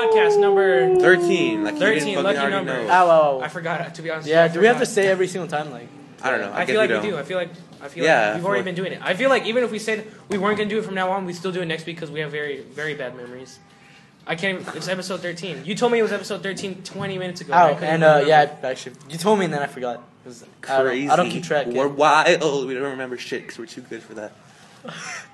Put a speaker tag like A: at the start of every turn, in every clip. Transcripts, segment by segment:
A: podcast number.
B: Thirteen. Like you
A: 13,
B: didn't
A: lucky
B: fucking already
A: number.
B: know.
C: Ow, ow, ow.
A: I forgot. To be honest.
C: Oh, yeah,
A: I
C: do we have to
A: forgot.
C: say every single time? Like,
B: I don't know. I,
A: I,
B: guess
A: feel like we
B: don't.
A: do. I feel like I feel
B: Yeah, I
A: like we've
B: feel
A: already
B: like-
A: been doing it. I feel like even if we said we weren't gonna do it from now on, we still do it next week because we have very very bad memories. I can't. Even, it's episode thirteen. You told me it was episode 13 20 minutes ago. I
C: ow.
A: couldn't
C: And uh,
A: remember.
C: yeah, I actually, you told me and then I forgot. 'Cause I don't-
B: Crazy.
C: I don't keep track.
B: We're
C: Yeah.
B: wild. We don't remember shit because we're too good for that.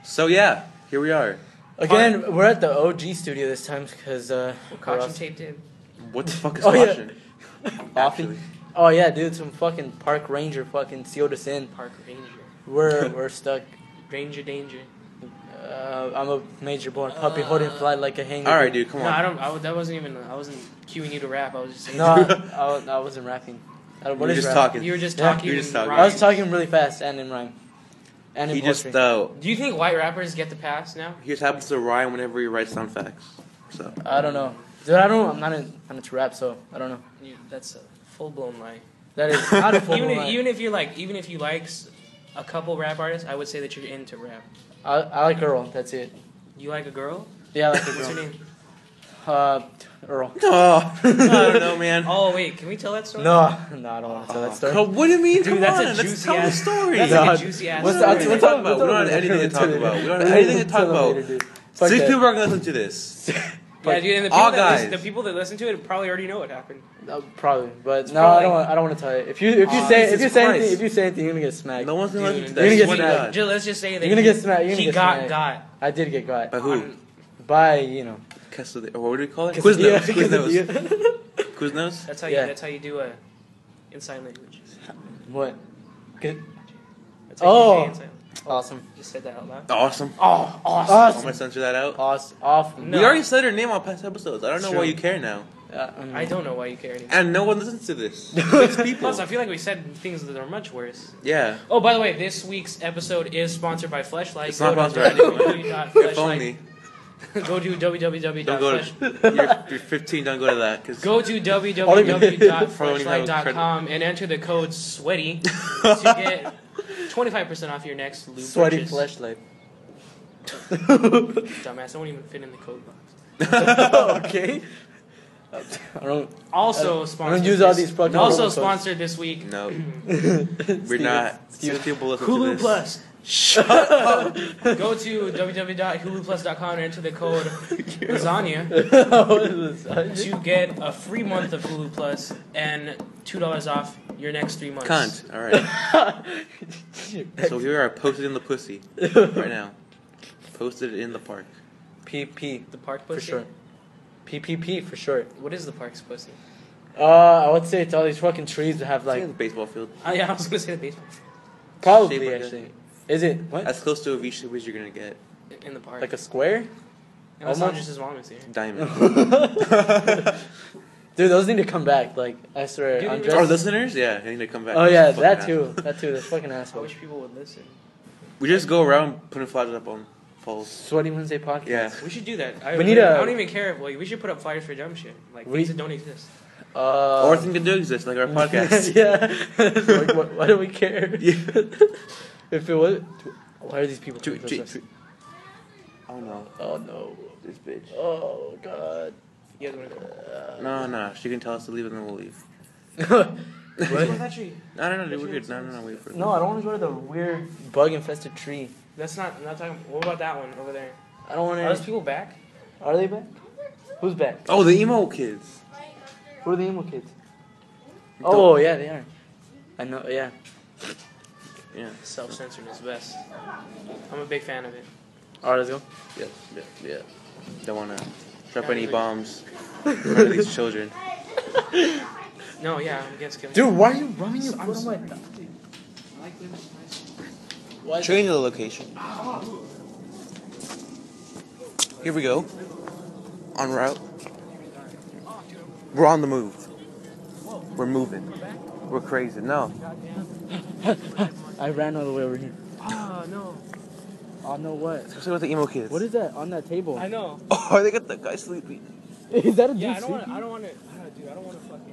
B: so yeah, here we are.
C: Again, we're at the OG studio this time because uh, we're
A: Caution
C: off-
A: taped in.
B: What the fuck is
C: Oh, yeah.
B: caution?
C: often. Oh yeah, dude, some fucking park ranger fucking sealed us in.
A: Park ranger.
C: We're we're stuck.
A: Ranger danger.
C: Uh, I'm a major born puppy holding fly like a hanger.
B: All right, dude. Come
A: No, I
B: on.
A: don't. I, w- that wasn't even. I wasn't cueing you to rap. I was just saying.
C: No, I, I, wa- I wasn't rapping. I,
B: We're
C: what is
B: just
C: rap?
B: talking.
A: you were just
C: Yeah,
A: talking.
B: you were just
A: in
B: talking.
C: I was
A: rhymes.
C: talking really fast and in rhyme. And in
B: He just
C: poetry.
B: uh,
A: Do you think white rappers get the pass now?
B: he just happens to rhyme whenever he writes down facts. So
C: I don't know, dude. I don't. I'm not in, I'm into rap, so I don't know.
A: You, that's a full blown lie.
C: That is not a full
A: even if,
C: lie.
A: even if you like even if you like s- a couple rap artists, I would say that you're into rap.
C: I, I like Earl. That's it.
A: You like a girl?
C: Yeah, I like the
A: What's her
C: girl.
A: name?
C: Uh, Earl.
B: no, Oh. I don't know, man.
A: Oh wait, can we tell that story?
C: No, no, I don't want to tell that story.
B: Come- what do you mean?
A: Dude,
B: Come
A: that's a
B: on, let's
A: juicy
B: tell the
A: ass-
B: story.
A: That's
C: No,
A: like a juicy ass.
C: what's
B: That's
C: the-
A: story.
B: not
C: I'll-
B: what we're talking about.
C: I'll-
B: We don't have
C: I'll-
B: anything to talk about. We don't have
C: I'll-
B: anything to talk
C: I'll- I'll-
B: about.
C: dude. Fuck
B: Six
C: that.
B: people are gonna listen to this.
A: yeah, dude, and the people,
B: All
A: that listen,
B: guys.
A: the people that listen to it probably already know what happened.
C: Uh, probably, Ah, but no, I
A: probably-
C: don't. Want, I don't want to tell you. If you if you
B: Aw,
C: say if
B: Jesus
C: you say anything
B: Christ.
C: if you say anything, you're gonna get smacked.
B: No one's gonna listen to
A: Dude,
B: this.
C: You're gonna get
B: What
C: smacked.
B: God.
A: Ju- let's just say that
C: You're gonna
A: he-
C: get smacked, you're gonna
A: he
C: get
A: got
C: smacked.
A: got.
C: I did get got
B: By who?
A: on-
C: by you know.
B: Quesada- or what do we call it?
C: Quesadilla.
B: Quiznos. Quiznos.
C: Quesadilla.
B: Quiznos.
A: That's how
C: Yeah.
A: you. That's how you do a in sign language.
C: what? Good.
A: That's how you
C: Oh.
A: say in sign language.
C: Awesome.
A: Just said that out loud.
B: Awesome.
C: Oh, awesome.
B: I'm
C: Awesome.
B: gonna censor that out.
C: Awesome. awesome.
A: No.
B: We already said her name on past episodes. I don't know
C: True.
B: why you care now.
C: Uh, um,
A: I don't know why you care anymore.
B: And no one listens to this. Six people.
A: Plus, I feel like we said things that are much worse.
B: Yeah.
A: Oh, by the way, this week's episode is sponsored by Fleshlight.
B: It's not
A: Go to
B: sponsored by If only.
A: Go to www.
B: Don't go to. You're, you're 15. Don't go to that. Cause
A: Go to
B: Probably don't even have a
A: www.fleshlight.com and enter the code SWEATY to get 25% off your next lube
C: Sweaty
A: purchase.
C: flashlight.
A: Dumbass, I won't even fit in the code box.
C: okay. I don't.
A: Also
C: Uh,
A: sponsored.
C: don't use
A: this-
C: all these fucking promo
A: Also
C: codes.
A: sponsored this week.
B: No, we're
C: Steven,
B: not. Six
C: Steven.
B: people listen to
A: Hulu
B: this.
A: Plus.
B: Shut
A: Go to www.huluplus.com and enter the code lasagna.
C: Oh, uh,
A: to get a free month of Hulu Plus and two dollars off your next three months.
B: Cunt. All right. So here we are. Posted in the pussy right now. Posted in the park.
C: PP
A: The park
C: for
A: pussy.
C: short. PPP for short.
A: What is the park's pussy?
C: Uh, I would say it's all these fucking trees that have
B: Like
C: like
B: the baseball field.
A: Oh yeah, I was gonna say the baseball
B: Shape
C: probably
B: like
C: actually. Is it what?
B: As close to a V shape as you're gonna get.
A: in the park.
C: Like a square?
A: and that's not
C: almost-
A: just his mom is here.
B: Diamond.
C: Dude, those need to come back. Like I swear,
A: Dude,
C: I'm
B: Our
C: just.
B: listeners, yeah, they need to come back.
C: Oh yeah,
B: Fucking
C: that
B: asshole.
C: too. That too. That's fucking
A: I
C: asshole.
A: wish people would listen.
B: We just go around putting flags up on falls.
C: Sweaty Wednesday podcast.
B: Yeah.
A: We should do that. I,
C: We need
A: I
C: a-
A: don't even care. Well, we should put up flyers for dumb shit, like
C: We-
A: things that don't exist.
C: Uh,
B: or things that do exist, like our podcast.
C: yeah. like, wh- why do we care?
B: Yeah.
C: If it was, why are these people?
B: Tweet,
C: doing
B: tweet,
C: this?
B: tweet. Oh no,
C: Oh no!
B: this bitch.
C: Oh god!
A: You guys want to go?
B: No, no, she can tell us to leave and then we'll leave.
A: What? that tree?
B: No, no, no, dude, we're good. No, no, no, wait for it.
C: no, I don't want to go to the weird bug-infested tree.
A: That's not. I'm not talking. What about that one over there?
C: I don't
A: Are those
C: want to.
A: people back?
C: Are they back? Who's back?
B: Oh, the emo kids.
C: Who are the emo kids? Oh yeah, they are. I know. Yeah.
B: Yeah.
A: Self censoring is best. I'm a big fan of it.
C: All right, let's go.
B: Yes, yes, yes. Don't wanna drop any bombs in front of these children.
A: No, yeah, I'm against killing.
C: Dude, why are you rubbing your
A: I'm
C: foot on my?
A: I like living nice.
C: Why?
B: Change the location. Here we go. En route. We're on the move. We're moving. We're crazy. No.
C: I ran all the way over here.
A: Oh no.
C: Oh no, what?
B: Especially with the emo kids.
C: What is that on that table?
A: I know.
B: Oh, I think it's the guy sleeping.
C: is that a dude
A: Yeah, I don't want.
C: sleeping?
A: I don't want to. Dude, I don't want to fucking.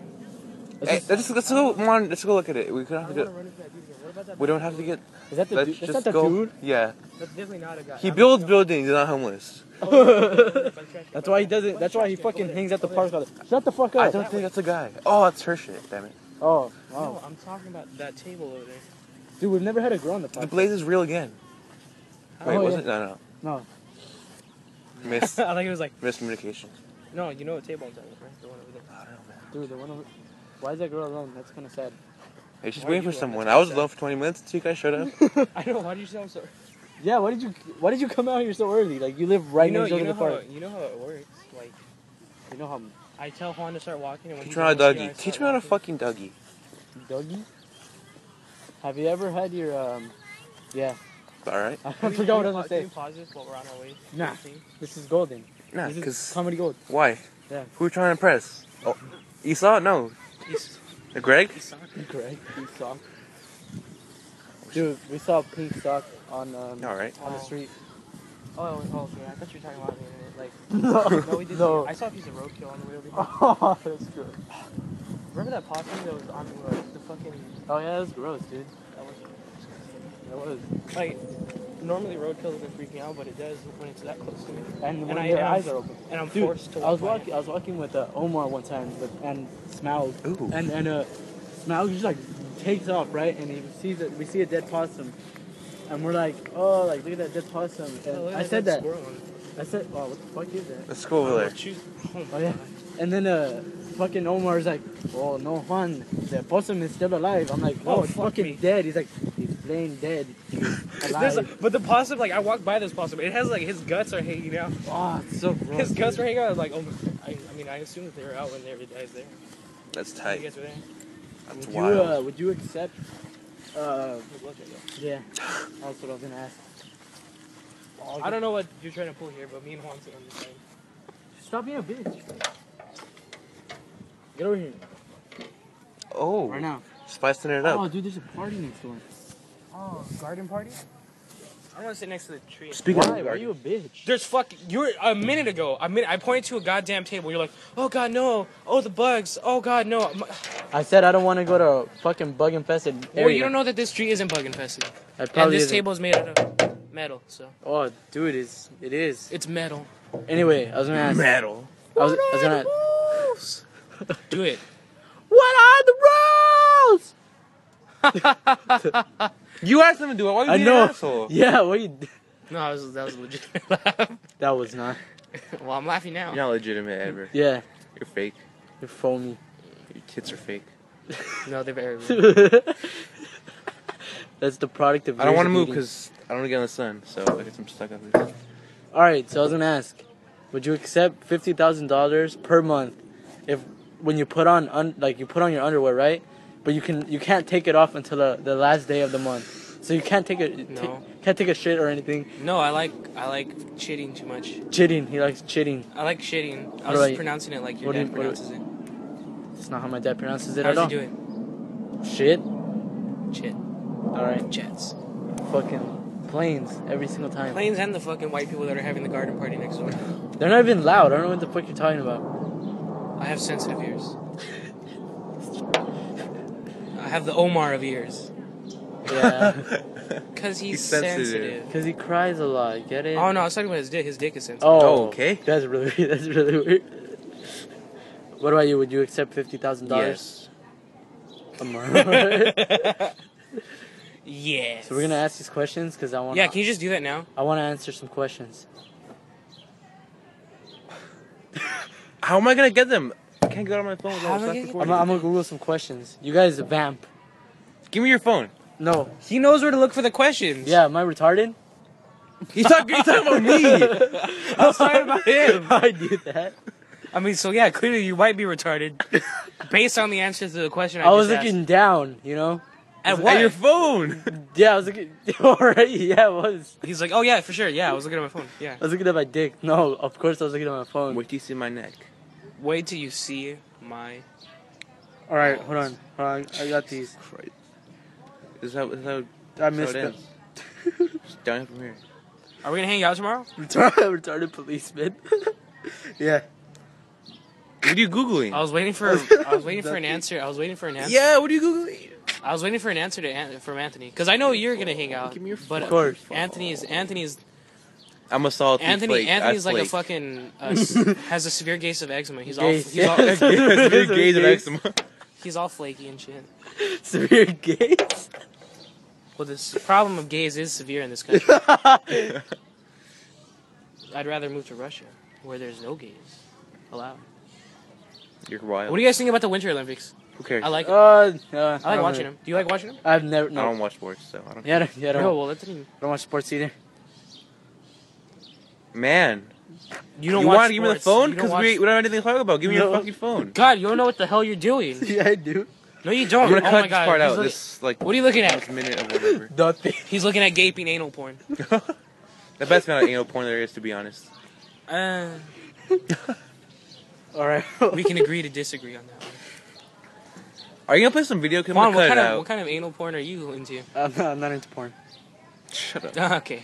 C: Is
B: Hey,
C: this-
B: let's, let's go. Come on, let's go look at it. We don't
A: I
B: have to.
A: don't want to
B: Get,
A: run into that dude again. What about that?
B: we don't have to get.
C: Is that the
B: Let's
C: dude? That's
B: just
C: not the
B: go.
C: dude.
B: Yeah.
A: That's definitely not a guy.
B: He
A: I'm-
B: builds buildings. He's not homeless.
C: That's why he doesn't. That's why he fucking hangs at the park. all the- Shut the fuck
B: I
C: up.
B: don't think that's a guy. Oh, that's her shit. Damn it.
C: Oh,
A: No,
C: wow.
A: I'm talking about that table over there.
C: Dude, we've never had a girl on the
B: The
C: podcast.
B: blaze is real again. Wait,
C: Oh,
B: wasn't? No,
C: No.
B: no. Miss
A: I think it was like,
B: miscommunication.
A: no, you know what table I'm talking about, right? The one over there.
B: I don't know, man.
C: Dude, the one over. Why is that girl alone? That's kind of sad.
B: Hey, she's
A: Why
B: waiting
A: you
B: for
A: on
B: someone.
A: this
B: I was
A: website?
B: alone for 20 minutes. Two guys showed up.
A: I know. Why do you sound so?
C: Yeah, why did you why did you come out here so early? Like you live right
A: you know,
C: next door
A: you
C: to
A: know
C: the
A: how
C: park.
A: it, you know how it works. Like
C: You know how
A: I tell Juan to start walking, and when
B: Teach
A: he's
B: me how to
A: almost here, I
B: Dougie.
A: start
B: Teach me how to
A: walking.
B: fucking Dougie.
C: doggy? Have you ever had your um? Yeah,
B: Alright?
C: I
A: Can we-
C: forgot
A: can
C: what I was gonna
A: we-
C: say.
A: Can we pause this while we're on our way? to
C: Nah.
A: the thing?
C: This is golden.
B: Nah,
C: This is
B: because.
C: comedy gold.
B: Why?
C: Yeah.
B: Who are you trying to impress? Oh, Esau? No.
A: He's-
B: Greg?
A: he's on.
C: Correct. Pink sock. Dude, we saw pink sock on um,
B: Alright.
C: on the
A: Oh.
C: street.
A: Oh, oh, okay. I thought you were talking about me. Like, no, we didn't.
C: No.
A: I saw a piece of roadkill on the way over here.
C: oh, that's good.
A: Remember that posse that was on the, like, the fucking.
C: Oh yeah, that's gross, dude.
A: That was,
C: That was.
A: like, normally roadkill doesn't freak me out, but it does when it's that close to me.
C: And when
A: I-
C: your
A: and I'm-
C: eyes are open.
A: And I'm
C: Dude,
A: forced to.
C: I
A: walk
C: was
A: by
C: walking. I was walking with uh, Omar one time, with, and Smaug,
B: Ooh.
C: and and uh, Smaug just like takes off right, and he sees it. We see a dead possum, and we're like, oh, like look at that dead possum.
A: it.
C: And
A: Oh, look
C: I
A: at
C: said that.
A: squirrel.
C: I said, oh, what the fuck is that?
B: Let's go over there.
A: Choose-
C: Oh yeah. And then uh, fucking Omar's like, oh no, Juan, the possum is still alive. I'm like,
A: Oh,
C: oh, it's
A: fuck
C: fucking
A: me.
C: dead. He's like, he's plain dead.
A: There's
C: alive.
A: like- but the possum, like I walked by this possum, it has like his guts are hanging out.
C: oh, it's so gross.
A: His guts
C: dude.
A: were hanging out. I was like, oh, I, I mean, I assume that they were out when they were guys there.
B: That's
A: You
B: tight.
A: guys were there.
B: That's
C: Would you,
B: wild.
C: uh, would you accept? Uh,
A: Good luck, I guess.
C: yeah. That's what I was gonna ask. Oh,
A: I don't know what you're trying to pull here, but me and Juan sit on this side.
C: Stop being a bitch. Get over here right
B: Oh.
C: now.
B: Spicing it
C: Oh,
B: up.
C: dude, there's a party next door.
A: Oh, garden party? I want to sit next to the tree.
B: Speaking
C: Why?
B: of
C: Why are you a bitch?
A: There's fucking. You were a minute ago. A minute. I pointed to a goddamn table. You're like, oh god no. Oh the bugs. Oh god no. My-
C: I said I don't want to go to a fucking bug infested area.
A: Well, you don't know that this tree isn't bug infested.
C: I
A: And
C: probably
A: this
C: isn't.
A: table is made out of metal, so
C: Oh, dude, it's it is.
A: it's metal.
C: Anyway, I was gonna ask.
B: metal.
C: I was, I was gonna.
A: Do it.
C: What are the rules?
B: You asked him to do it. Why are you
C: I
B: being an
C: know.
B: asshole?
C: Yeah, what you?
A: No, that was, that was legit. laugh.
C: That was not.
A: well, I'm laughing now.
B: You're not legitimate, Edward.
C: Yeah,
B: You're fake.
C: you're foamy.
B: Your tits are fake.
A: No, they're very rude.
C: That's the product of.
B: I don't
C: years
B: want to
C: of
B: move
C: eating.
B: because I don't want to get in the sun, so I guess I'm stuck out there.
C: All right, so I was gonna ask, would you accept fifty thousand dollars per month if when you put on un, like you put on your underwear, right? But you can you can't take it off until the, the last day of the month, so you can't take a
A: No.
C: can't take a shit or anything.
A: No, I like I like chitting too much.
C: Chitting, he likes chitting.
A: I like shitting. I
C: What
A: was
C: do
A: just
C: I-
A: pronouncing it like your
C: what do
A: dad
C: you- what do-
A: pronounces it.
C: That's not how my dad pronounces it
A: How
C: at all.
A: does he do it?
C: Shit.
A: Shit.
C: All right.
A: Jets.
C: Fucking planes every single time.
A: Planes and the fucking white people that are having the garden party next door.
C: They're not even loud. I don't know what the fuck you're talking about.
A: I have sensitive ears. I have the Omar of ears.
C: Yeah,
A: Because he's,
B: He's sensitive.
A: sensitive.
C: because he cries a lot. Get it?
A: Oh no, I was talking about his dick. His dick is sensitive.
C: Oh,
B: okay.
C: That's really weird. That's really weird. What about you? Would you accept fifty thousand
B: Yes.
C: dollars a month?
A: Yes.
C: Oh. so we're gonna ask these questions because I want.
A: Yeah, can you just do that now?
C: I want to answer some questions.
B: How am I gonna get them? I can't get on my phone.
A: How am I gonna get-
C: I'm, I'm gonna Google some questions. You guys vamp.
B: Give me your phone.
C: No.
A: He knows where to look for the questions.
C: Yeah, am I retarded?
B: He's talking, he's talking about me.
A: I was talking about him.
C: I do that.
A: I mean, so yeah, clearly you might be retarded based on the answers to the question I,
C: I, was
A: just asked.
C: looking down. You know.
A: At what?
B: At your phone.
C: Yeah, I was looking. Alright, yeah, I was.
A: He's like, oh yeah, for sure. Yeah, I was looking at my phone. Yeah.
C: I was looking at my dick. No, of course I was looking at my phone.
B: Wait till you see my neck.
A: Wait till you see my.
C: All right, hold on, hold on. I got these.
B: Christ. This is how, this is how,
C: I
B: this
C: missed
B: is how it
C: them.
B: ends. Just down from here.
A: Are we gonna hang out tomorrow?
C: Retarded, retarded policeman. yeah.
B: What are you Googling?
A: I was waiting for. I was waiting for an answer. I was waiting for an answer.
B: yeah, what are you Googling?
A: I was waiting for an answer to An- from Anthony because I know you're gonna hang out.
B: Give me your
A: but
C: Of course.
A: Anthony is Anthony is
B: I'm a solid
A: Anthony
B: Flake. I
A: Anthony's like a
B: flake.
A: fucking uh, s- has a severe case of eczema. He's all
C: Gaze.
A: he's all,
B: Severe gaze of eczema.
A: he's all flaky and shit.
C: Severe gaze.
A: Well, this problem of gays is severe in this country. I'd rather move to Russia, where there's no gays allowed.
B: You're wild.
A: What do you guys think about the Winter Olympics?
B: Who cares?
A: I
B: I,
A: like it.
C: Uh,
A: I like watching them. Do you like watching them?
C: I've never. No.
B: don't watch sports, so I don't.
C: yeah, I don't, yeah, I don't,
A: No, well, Anthony,
C: I don't watch sports either.
B: Man,
A: you don't
B: you
A: watch
B: want to give me the
A: sports.
B: phone?
A: You don't
B: Because
A: watch- Oh
B: we, we don't have anything to talk about. Give me
C: No.
B: your fucking phone.
A: God, you don't know what the hell you're doing.
C: Yeah, I do.
A: No, you don't.
B: I'm gonna
A: oh
B: cut
A: my
B: this
A: God.
B: part
A: He's
B: out.
A: looking-
B: This like
A: What are you looking at?
B: last minute of whatever.
C: Nothing.
A: He's looking at gaping anal porn.
B: the best amount of anal porn there is, to be honest.
A: Uh,
C: All right.
A: we can agree to disagree on that.
B: Are you gonna play some video? Can
A: Juan, what
B: I cut it
A: kind of
B: out?
A: what kind of anal porn are you into?
C: I'm not, I'm not into porn.
B: Shut up.
A: okay.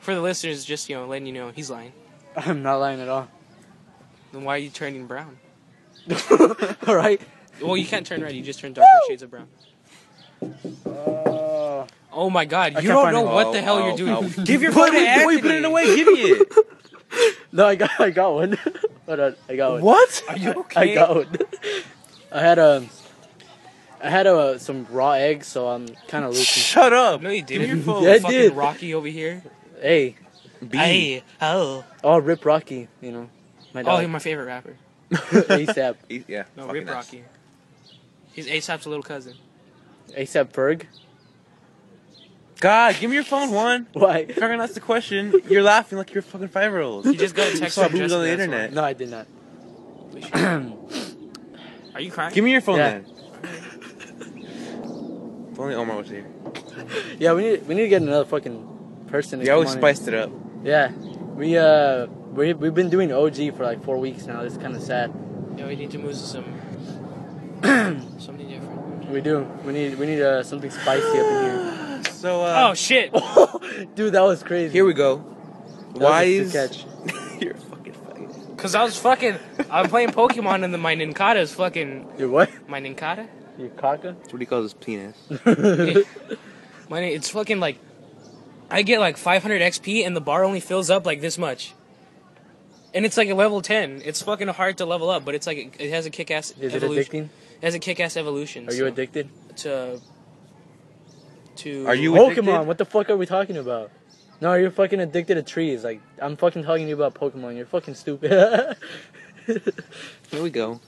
A: For the listeners, just you know, letting you know, he's lying.
C: I'm not lying at all.
A: Then why are you turning brown?
C: all right.
A: Well, you can't turn red. You just turn darker shades of brown.
C: Uh,
A: Oh my God!
C: I
A: You
C: can't
A: don't
C: find
A: know
C: it.
A: what the hell
B: Oh,
A: you're doing.
B: oh, oh.
A: Give your
B: Put
A: phone
B: it
A: to
B: away,
A: Anthony.
B: put it away, give it.
C: no, I got I got one. Hold on, I got one.
B: What?
A: Are you
C: I
A: okay?
C: got one. I had um, I had uh, some raw eggs, so I'm kind of loose.
B: Shut up.
A: No, you didn't. Give your phone.
C: Yeah, I
A: Fucking
C: did.
A: Rocky over here.
C: hey,
B: B.
A: Hey, oh.
C: oh Rip Rocky, you know, my
A: Oh,
C: dog.
A: he's my favorite rapper.
C: ASAP,
B: E- Yeah.
A: No,
B: fucking
A: Rip
B: nice.
A: Rocky. He's ASAP's little cousin.
C: ASAP Ferg.
B: God, give me your phone, Juan.
C: Why?
B: If I'm ask the question, you're laughing like you're a fucking five year old.
A: You just got a text
B: saw
A: from
B: boobs
A: Jessica,
B: on the
A: that's why.
B: internet.
C: No, I did not.
A: We should- Are you crying?
B: Give me your phone
C: Yeah.
B: then. If only Omar was here.
C: Yeah, we need we need to get another fucking person. to
B: You always
C: come on
B: spiced it up.
C: in. Yeah, we uh we we've been doing OG for like four weeks now. It's kind of sad.
A: Yeah, we need to move to some something different.
C: We do. We need we need uh, something spicy up in here.
B: So,
A: Oh
B: uh,
A: shit!
C: Dude, that was crazy.
B: here we go.
C: That was
B: Why
C: a good
B: is.
C: catch.
B: you're a fucking faggot.
A: Cause I was fucking, I'm playing Pokemon and the, my Nincada is fucking
C: Your what?
A: my Nincada.
C: Your caca?
B: That's what he calls his penis.
A: My nin- it's fucking like, I get like 500 XP and the bar only fills up like this much. And it's like a level 10. It's fucking hard to level up, but it's like it has a kick ass
C: Is it
A: evolution.
C: addicting?
A: It has a kick ass evolution.
C: Are
A: so-
C: you addicted?
A: to to
B: Are you-
C: Pokemon.
B: addicted?
C: What the fuck are we talking about? No, you're fucking addicted to trees. Like I'm fucking talking to you about Pokemon. You're fucking stupid.
B: Here we go.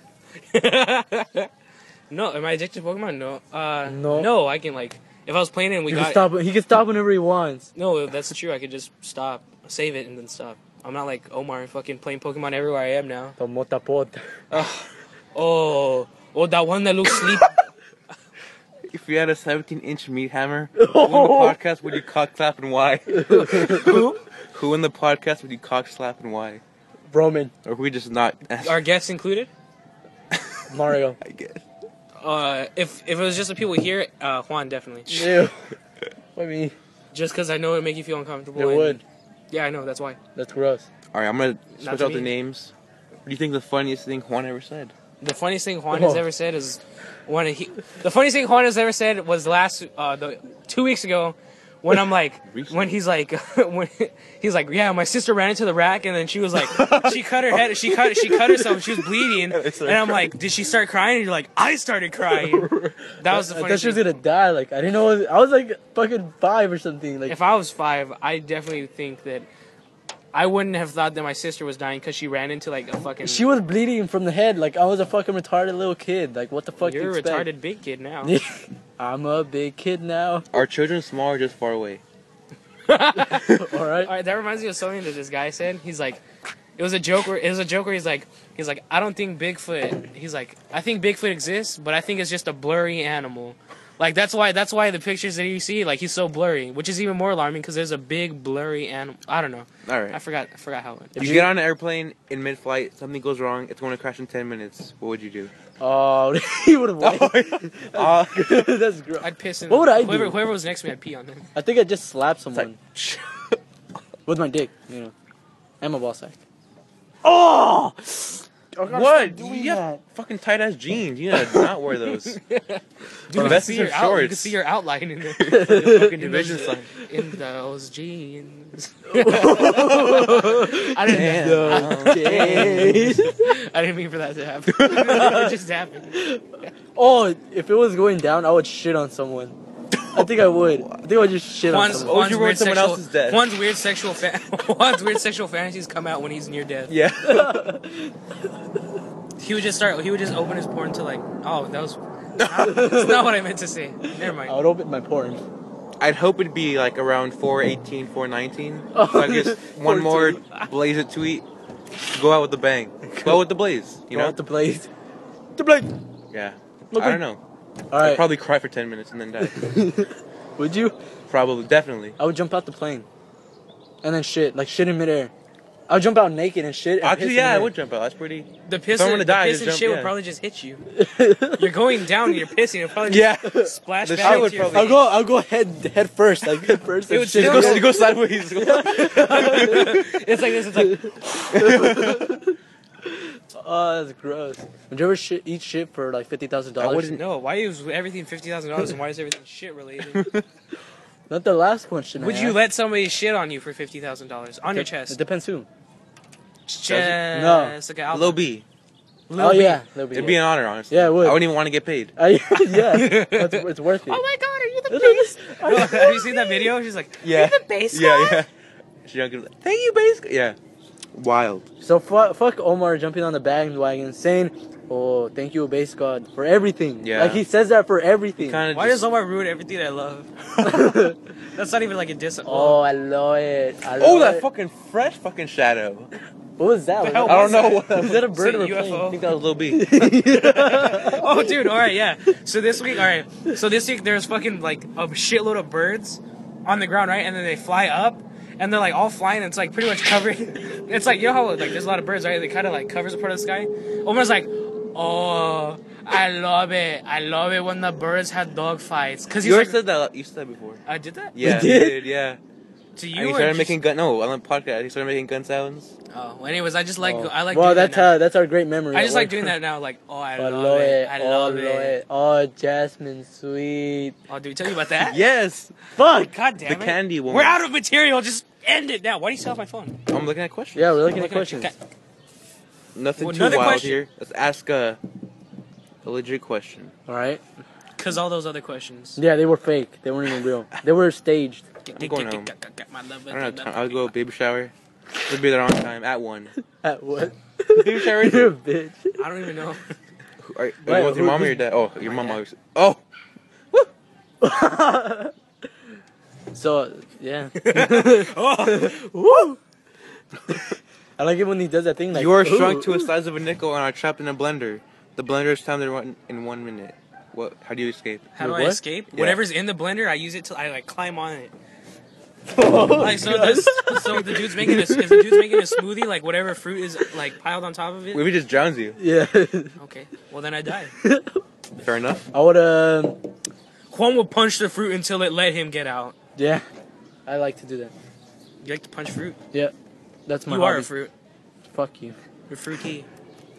A: no am i addicted to pokemon no uh
C: No.
A: no i can like if i was playing it and we
C: he,
A: got
C: can stop, he can stop whenever he wants.
A: no that's true i could just stop save it and then stop i'm not like omar and fucking playing pokemon everywhere i am now
C: The motapod.
A: oh oh that one that looks sleep
B: If you had a 17 inch meat hammer, who in the podcast would you cock slap and why? who? Who in the podcast would you cock slap and why?
C: Roman.
B: Or we just not ask?
A: our guests included
C: Mario.
B: I guess.
A: uh if if it was just the people here uh juan definitely
C: Ew. I mean,
A: just because i know it would make you feel uncomfortable
C: it
A: and-
C: would.
A: yeah i know that's why
C: That's gross.
B: Alright, I'm gonna switch
A: to
B: out the
A: me.
B: names. What do you think the funniest thing Juan ever said?
A: The funniest thing Juan
C: Oh.
A: has ever said is one. He, the funniest thing Juan has ever said was last uh, the two weeks ago when I'm like
B: Recently.
A: when he's like when he's like yeah my sister ran into the rack and then she was like she cut her head she cut she cut herself she was bleeding and I'm like did she start crying and you're like I started crying that was the
C: I thought
A: funniest
C: she was
A: thing.
C: gonna die. Like I didn't know. I was like fucking five or something. Like
A: if I was five I definitely think that I wouldn't have thought that my sister was dying because she ran into like a fucking
C: she was bleeding from the head. Like I was a fucking retarded little kid. Like what the fuck?
A: you're
C: you
A: a
C: expect?
A: retarded big kid now
C: I'm a big kid now.
B: Are children small or just far away?
C: All right.
A: All right, that reminds me of something that this guy said. He's like, it was a joke. Where, it was a joke where he's like, he's like, I don't think Bigfoot. He's like, I think Bigfoot exists, but I think it's just a blurry animal. Like that's why that's why the pictures that you see, like he's so blurry, which is even more alarming because there's a big blurry animal. I don't know. I
B: Alright.
A: forgot. I forgot how it.
B: If you get on an airplane in mid flight, something goes wrong, it's going to crash in 10 minutes. What would you do?
C: Oh, he would have won.
B: Uh,
C: That's gross.
A: I'd piss. In
C: What would I
A: whoever,
C: do?
A: Whoever was next to me, I'd pee on them.
C: I think I just slapped someone with my dick, you know, and my ball sack.
B: oh! What?
D: doing
B: You have
D: that.
B: fucking tight ass jeans. You gotta not wear those.
A: You can,
B: Unless
A: see
B: it's in
A: your out, you can
B: shorts.
A: see your outline in there. fucking
B: Division
A: division
B: sign.
A: in those jeans. I didn't. Oh,
C: Days.
A: I didn't mean for that to happen. it just happened.
C: oh, if it was going down, I would shit on someone. I think I would. I think I would just shit on
A: Juan's,
C: someone.
B: Why
A: Juan's
B: would Oh, you ruin
A: weird
B: someone
A: sexual,
B: else's death?
A: Juan's weird sexual fa- Juan's weird sexual fantasies come out when he's near death.
B: yeah.
A: He would just start. He would just open his porn to like, oh, that was. That's not what I meant to say. Never mind.
C: I would open my porn.
B: I'd hope it'd be like around 418, 419.
C: Oh,
B: so I guess one more blaze it tweet. Go out with the bang. Go out with the blaze. You
C: You know,
B: know?
C: at the blaze.
B: the blaze. Yeah. I don't know.
C: All
B: I'd
C: right.
B: probably cry for 10 minutes and then die.
C: would you?
B: probably. Definitely.
C: I would jump out the plane, and then shit, like shit in midair. I would jump out naked and shit. And
B: Actually,
C: piss
B: yeah, I
C: in
B: would jump out. That's pretty.
A: The piss,
B: Someone
A: and,
B: to
A: the
B: die,
A: piss
B: just
A: and
B: jump-
A: shit
B: yeah.
A: would probably just hit you.
C: midair.
A: You're going down and you're pissing. It'll probably
B: Yeah.
A: just splash
B: The
A: back
B: shit
A: into
B: would
A: your
B: probably-
C: I'll
A: face.
C: go. I'll go head head first. Like head first.
A: It
C: and
A: would
C: shit.
B: Just
A: still-
B: go, just go sideways.
A: It's like this. It's like
C: Oh, that's gross. Would you ever shit, eat shit for like fifty thousand dollars?
B: wouldn't-
A: no. Why is everything fifty thousand dollars and why is everything shit related?
C: Not the last question. I
A: Would you
C: asked.
A: let somebody shit on you for fifty thousand dollars on your
C: Dep-
A: chest?
C: It depends who.
A: Chest.
C: No.
A: Okay, I'll-
B: Oh, Low B.
A: Lil
C: oh
A: B.
C: yeah, Lil B.
B: It'd be an honor, honestly.
C: Yeah, it would.
B: I wouldn't even want to get paid.
C: I, yeah, it's, it's worth it.
A: Oh my god, are you the
C: It's like-
A: No, have you seen that video? She's like,
B: Yeah.
A: the bass
B: Yeah, yeah. She don't give like, Thank you, base. Yeah. Wild.
C: so fu- fuck Omar jumping on the bandwagon saying, "Oh, thank you, base god, for everything."
B: Yeah.
C: like he says that for everything.
B: Kind of.
A: Why does Omar ruin everything I love? That's not even like a diss.
C: oh, I love it. I love
B: Oh, that
C: it.
B: fucking fresh fucking shadow.
C: What was
A: The
C: that? Was
A: hell
C: that-
B: I don't know.
A: was
B: What
C: was that a
A: It's
C: bird
A: a
C: or a
A: UFO.
B: I think that was Lil B.
C: plane?
A: oh, dude. All right, yeah. So this week, all right. So this week there's fucking like a shitload of birds on the ground, right? And then they fly up, and they're like all flying. And it's like pretty much covering. It's like you know how like there's a lot of birds, right? They kind of like covers a part of the sky. Almost like, oh, I love it. I love it when the birds have dog fights. Cause he's
B: You
A: like,
B: already said that. You said that before.
A: I did that
B: Yeah,
C: did?
B: you yeah.
A: to
B: and
A: you.
B: he
A: or
B: started
A: just-
B: making gun. No, on the podcast, he started making gun sounds.
A: Oh, well, anyways, I just like I like.
C: Well,
A: doing
C: that's
A: that now.
C: uh, that's our great memory.
A: I
C: at
A: just like
C: work.
A: doing that now. Like, oh, I
C: Oh,
A: love, it. I love
C: oh,
A: it.
C: Oh, Jasmine, sweet.
A: Oh, did we tell you about that?
B: Yes,
C: Fuck.
A: God damn
B: the
A: it.
B: candy woman.
A: We're out of material. Just end it now. Why do you still have my phone?
B: I'm looking at questions.
C: Yeah, we're looking at
A: Look at you.
C: questions.
B: Nothing
A: Well,
B: too
A: another
B: wild
A: question.
B: here. Let's ask a, a legit question.
C: All right.
A: Cause all those other questions.
C: Yeah, they were fake. They weren't even real. They were staged.
B: I'm going home. I don't have time. I'll go baby shower. It'll be there on time at one.
C: At what?
B: baby shower. Are,
C: You're a bitch.
A: I don't even know.
B: are you
C: Wait,
B: with your
C: who-
B: mom or your dad? Oh, your mom always. Oh,
C: so yeah,
A: oh,
C: Woo! I like it when he does that thing. Like
B: you are
C: ooh.
B: shrunk to a size of a nickel and are trapped in a blender. The blender is timed in one, in one minute. What? How do you escape?
A: how do
C: Wait,
A: I
C: what?
A: escape?
B: Yeah. Oh
A: Whatever's in the blender, I use it till I like climb on it.
C: Oh.
A: Like so, this, so the dude's making a if the dude's making a smoothie. Like whatever fruit is like piled on top of it.
B: Maybe it just drowns you.
C: Yeah,
A: Okay, well then I die.
B: Fair enough.
C: I would. Um,
A: Juan will punch the fruit until it let him get out.
C: yeah, I like to do that.
A: You like to punch fruit?
C: Yeah, that's my.
A: you
C: hobby.
A: are a fruit.
C: Fuck you.
A: You're fruity.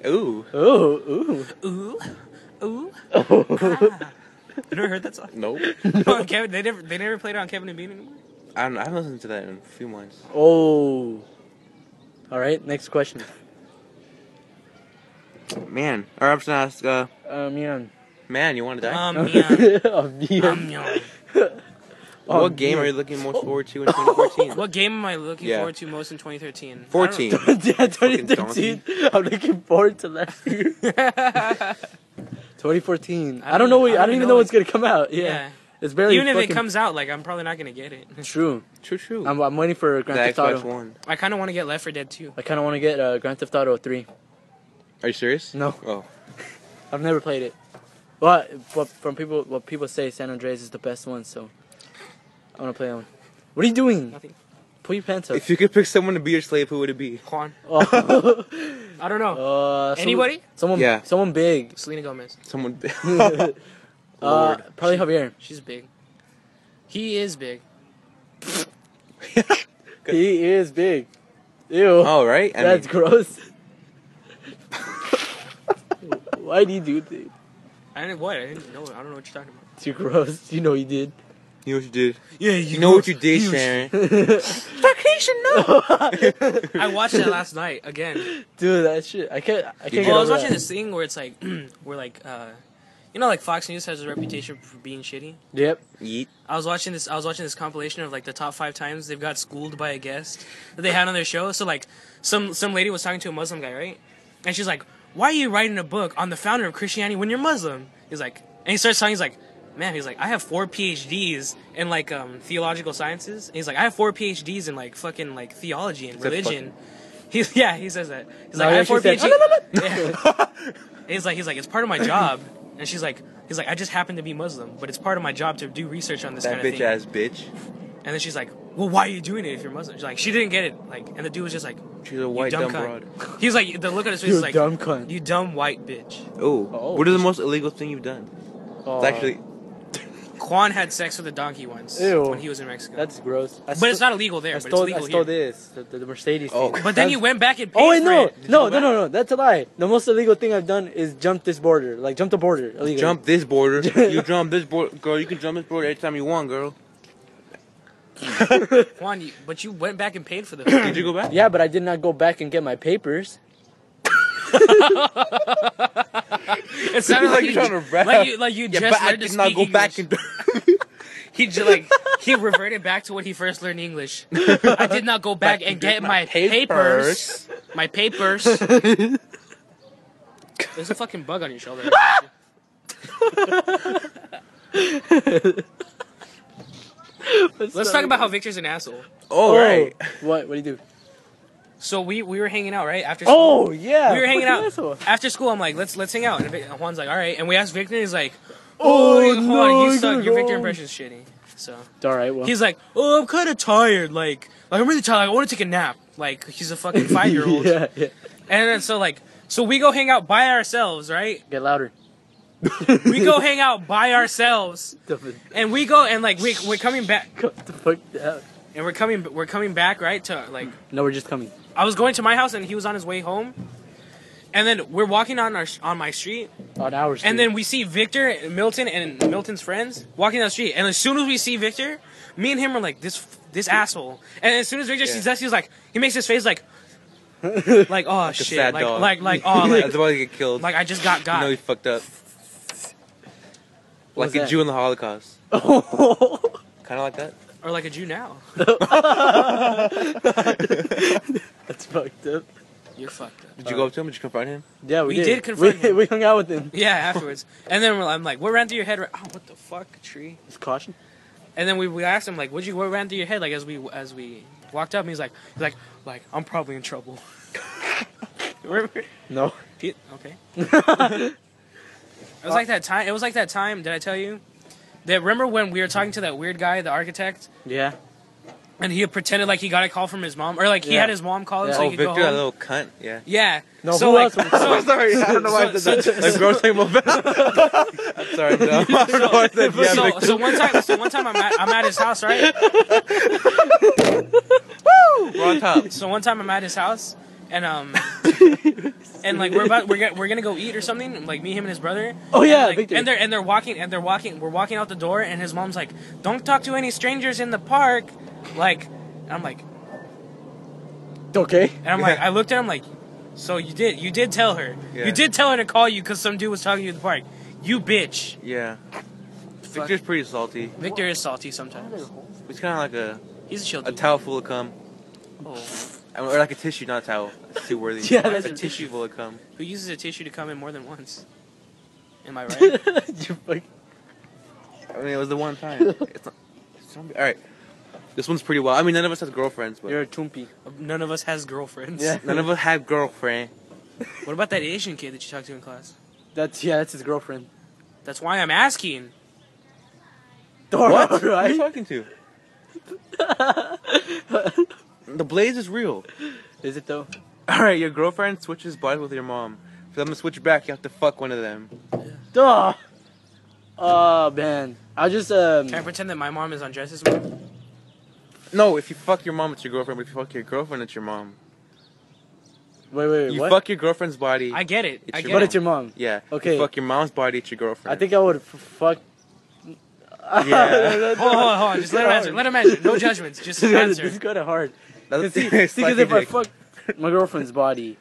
B: Ooh,
C: Ooh,
A: Ooh, ooh.
C: ooh.
A: You never heard that song?
B: nope.
A: Oh, Kevin, they never they never played it on Kevin and Bean anymore.
B: I don't. know, I haven't listened to that in a few months.
C: oh. All right. Next question.
B: Man, or I'm just gonna ask. Uh,
C: Um, yeah.
B: man, you want to die?
A: Um, yeah.
C: Um, yeah.
A: Um, yeah.
B: what
C: um,
B: game
C: yeah.
B: are you looking most forward to in 2014?
A: What game am I looking
B: Yeah.
A: forward to most in 2013?
B: 14.
C: yeah, 2013.
B: donkey.
C: I'm looking forward to last year.
A: I don't-
C: 2014. I don't know. What, I don't, even know what's gonna come out. Yeah,
A: yeah.
C: it's barely.
A: Even if it
C: fucking-
A: comes out, like I'm probably not gonna get it.
C: True.
B: True, true.
C: I'm, I'm waiting for
B: the
C: Grand Theft
B: Xbox
C: Auto.
B: One.
A: I kind of want to get Left 4 Dead 2.
C: I kind of want to get uh, Grand Theft Auto 3.
B: Are you serious?
C: No.
B: Oh,
C: I've never played it. But, but from people, what people say, San Andreas is the best one. So I want to play that one. What are you doing?
A: Nothing.
C: Pull your pants up.
B: if you could pick someone to be your slave, who would it be?
A: Juan,
C: Oh,
A: I don't know.
C: uh, someone-
A: Anybody?
C: Someone,
B: Yeah.
C: someone big.
A: Selena Gomez.
B: Someone.
C: uh,
B: Lord.
C: probably Javier.
A: She's big. He is big.
C: He is big. Ew.
B: All right. I
C: That's
B: mean,
C: gross. Why do you do things?
A: I didn't what? I didn't know. I don't know what you're talking about.
C: It's too gross. You know you did.
B: You know what you did.
A: Yeah,
B: You know what you did, Sharon.
C: Vacation, no.
A: I watched that last night again.
C: Dude, that shit. I can't. I
B: Did
C: can't.
B: you-
C: Get
A: Well, I was
C: over
A: watching
C: that.
A: this thing where it's like, where like, uh, you know, like Fox News has a reputation for being shitty.
C: Yep.
B: Yeet.
A: I was watching this. I was watching this compilation of like the top five times they've got schooled by a guest that they had on their show. So like, some some lady was talking to a Muslim guy, right? And she's like, "Why are you writing a book on the founder of Christianity when you're Muslim?" He's like, and he starts talking. He's like, "Man, he's like, I have four PhDs in like um, theological sciences." And he's like, "I have four PhDs in like fucking like theology and
B: said
A: religion." He's yeah, he says that. He's
C: No,
A: like, "I
C: he
A: have four E.
C: actually said,
A: PhDs." He's like, he's like, it's part of my job. And she's like, he's like, I just happen to be Muslim, but it's part of my job to do research on this
B: That
A: kind of
B: bitch
A: thing.
B: ass bitch.
A: And then she's like, well, why are you doing it if you're Muslim? She's like, she didn't get it. Like, and the dude was just like,
B: She's a
A: you
B: white
A: dumb,
B: dumb,
A: cunt.
B: broad.
A: He's like, the look on his face
C: You
A: is like,
C: dumb cunt.
A: you dumb white bitch.
B: Oh.
C: Oh.
B: What is the most illegal thing you've done?
C: Oh,
B: It's actually
A: Quan had sex with a donkey once
C: Ew.
A: when he was in Mexico.
C: That's gross. I
A: but it's not illegal there.
C: I
A: but it's
C: stole. I
A: legal
C: stole
A: here.
C: this. The, the, the Mercedes.
B: Oh.
C: Thing.
A: But then
C: That's-
A: you went back and paid
C: Oh wait,
A: for
C: no,
A: it.
C: no, no, no, no. That's a lie. The most illegal thing I've done is jump this border, like jump the border. Illegal.
B: jump this border. you jump this border, girl. You can jump this border anytime you want, girl.
A: Quan, you, but you went back and paid for the.
B: Did you go back?
C: Yeah, but I did not go back and get my papers.
A: it sounded like,
B: Like
A: you,
B: trying to rap.
A: like you, like you
B: Yeah,
A: just
B: but
A: learned
B: I
A: to
B: did
A: speak
B: not go
A: English.
B: back and.
A: He just like he reverted back to what he first learned English. I did not go back
B: to
A: and
B: get
A: get
B: my
A: my,
B: papers.
A: papers. My papers. There's a fucking bug on your shoulder. Why Let's talk about how Victor's an asshole.
B: oh, right.
C: What? What do you do?
A: So we we were hanging out right after. School.
C: Oh yeah.
A: we were hanging
C: fucking
A: out
C: asshole.
A: after school. I'm like, let's let's hang out. And Vic- Juan's like, all right. And we asked Victor. He's like,
C: Oh,
A: oh, Juan,
C: no, I
A: you
C: gotta
A: suck. Your
C: go.
A: Victor impression's shitty. So.
C: It's all right. Well.
A: He's like, oh, I'm kind of tired. Like, like, I'm really tired. Like, I want to take a nap. Like, he's a fucking five year old.
C: yeah, yeah.
A: And then so like, so we go hang out by ourselves, right?
C: Get louder.
A: We go hang out by ourselves,
C: The f-
A: and we go and like we we're coming back,
C: Cut the fuck out.
A: and we're coming we're coming back right to like
C: No, we're just coming.
A: I was going to my house and he was on his way home, and then we're walking on our on my street,
C: On hours.
A: and then we see Victor, and Milton, and Milton's friends walking down the street. And as soon as we see Victor, me and him are like this this asshole. And as soon as Victor sees us, he's like he makes his face like like oh
B: a
A: shit,
B: sad
A: like,
B: dog.
A: like like oh
B: I
A: like,
B: was about to get killed.
A: like I just got
B: you
A: got.
B: know you fucked up.
C: What was
B: Like a
C: that?
B: Jew in the Holocaust.
C: Oh.
B: Kind of like that.
A: or like a Jew now.
C: That's fucked up.
A: You're fucked up.
B: Did you go up to him? Did you confront him?
C: Yeah, we,
A: We did confront
C: we,
A: him.
C: we hung out with him.
A: Yeah, afterwards. and then we're- I'm like, what ran through your head? Right? Oh, what the fuck, tree?
C: It's caution.
A: And then we, we asked him like, what you what ran through your head? Like as we as we walked up, and he's like he's like like I'm probably in trouble. Remember?
C: No.
A: Pe- Okay. it was like that time. It was like that time. Did I tell you? That remember when we were talking to that weird guy, the architect,
C: Yeah.
A: and he pretended like he got a call from his mom, or like he
C: Yeah.
A: had his mom call him
C: Yeah.
A: so
B: oh,
A: he could
B: Victor,
A: go
B: that
A: home.
B: little cunt. Yeah.
A: Yeah.
C: No,
A: so
C: who
A: like,
C: else
A: so-
B: I'm sorry. I don't know why I
A: So-
B: said that. Like, girls talking about I'm sorry, no. I don't know why I said yeah,
A: so,
B: Victor.
A: so one time, so one time I'm at, I'm at his house, right?
B: We're on top.
A: So one time I'm at his house, and um, and like we're about we're gonna, we're gonna go eat or something. Like me, him, and his brother.
C: Oh yeah,
A: And, like,
C: Victor.
A: and they're and they're walking and they're walking. We're walking out the door, and his mom's like, "Don't talk to any strangers in the park." Like, and I'm like,
C: okay.
A: and I'm like, I looked at him like, so you did you did tell her
B: Yeah.
A: you did tell her to call you because some dude was talking to you in the park. You bitch.
B: Yeah. Victor's pretty salty.
A: Victor is salty sometimes.
B: He's kind of like a,
A: He's a chill
B: a
A: dude.
B: towel full of cum.
A: Oh.
B: I mean, or like a tissue, not a towel. That's too worthy.
C: Yeah, that's
B: a
C: a
B: tissue full of cum.
A: Who uses a tissue to come in more than once? Am I
C: you
A: right?
C: fuck.
B: I mean, it was the one time. It's not, it's not, all right. This one's pretty wild. I mean, none of us has girlfriends, but
C: You're a toompy.
A: None of us has girlfriends.
C: Yeah.
B: none of us have girlfriend.
A: What about that Asian kid that you talked to in class?
C: That's yeah. That's his girlfriend.
A: That's why I'm asking.
B: What? Who are you
C: Right?
B: talking to? the blaze is real.
C: Is it though?
B: All right, your girlfriend switches bodies with your mom. For them to switch back, you have to fuck one of them.
C: Duh. Oh man. I just um.
A: Can I pretend that my mom is Andres' mom?
B: No, if you fuck your mom, it's your girlfriend. But if you fuck your girlfriend, it's your mom.
C: Wait, wait, wait.
B: You
C: what?
B: fuck your girlfriend's body.
A: I get it.
B: It's
A: I
B: your
A: get
C: but
A: it.
C: it's your mom.
B: yeah. you
C: Okay.
B: fuck your mom's body. It's your girlfriend.
C: I think I would f- fuck.
B: Yeah.
A: Hold on, hold on, hold on. Just let him answer. Let him answer. No judgments. Just
C: This is
A: answer.
C: kind of hard.
B: That's-
C: Cause see,
B: it's
C: see,
B: like
C: 'cause if
B: your
C: I
B: dick.
C: fuck my girlfriend's body,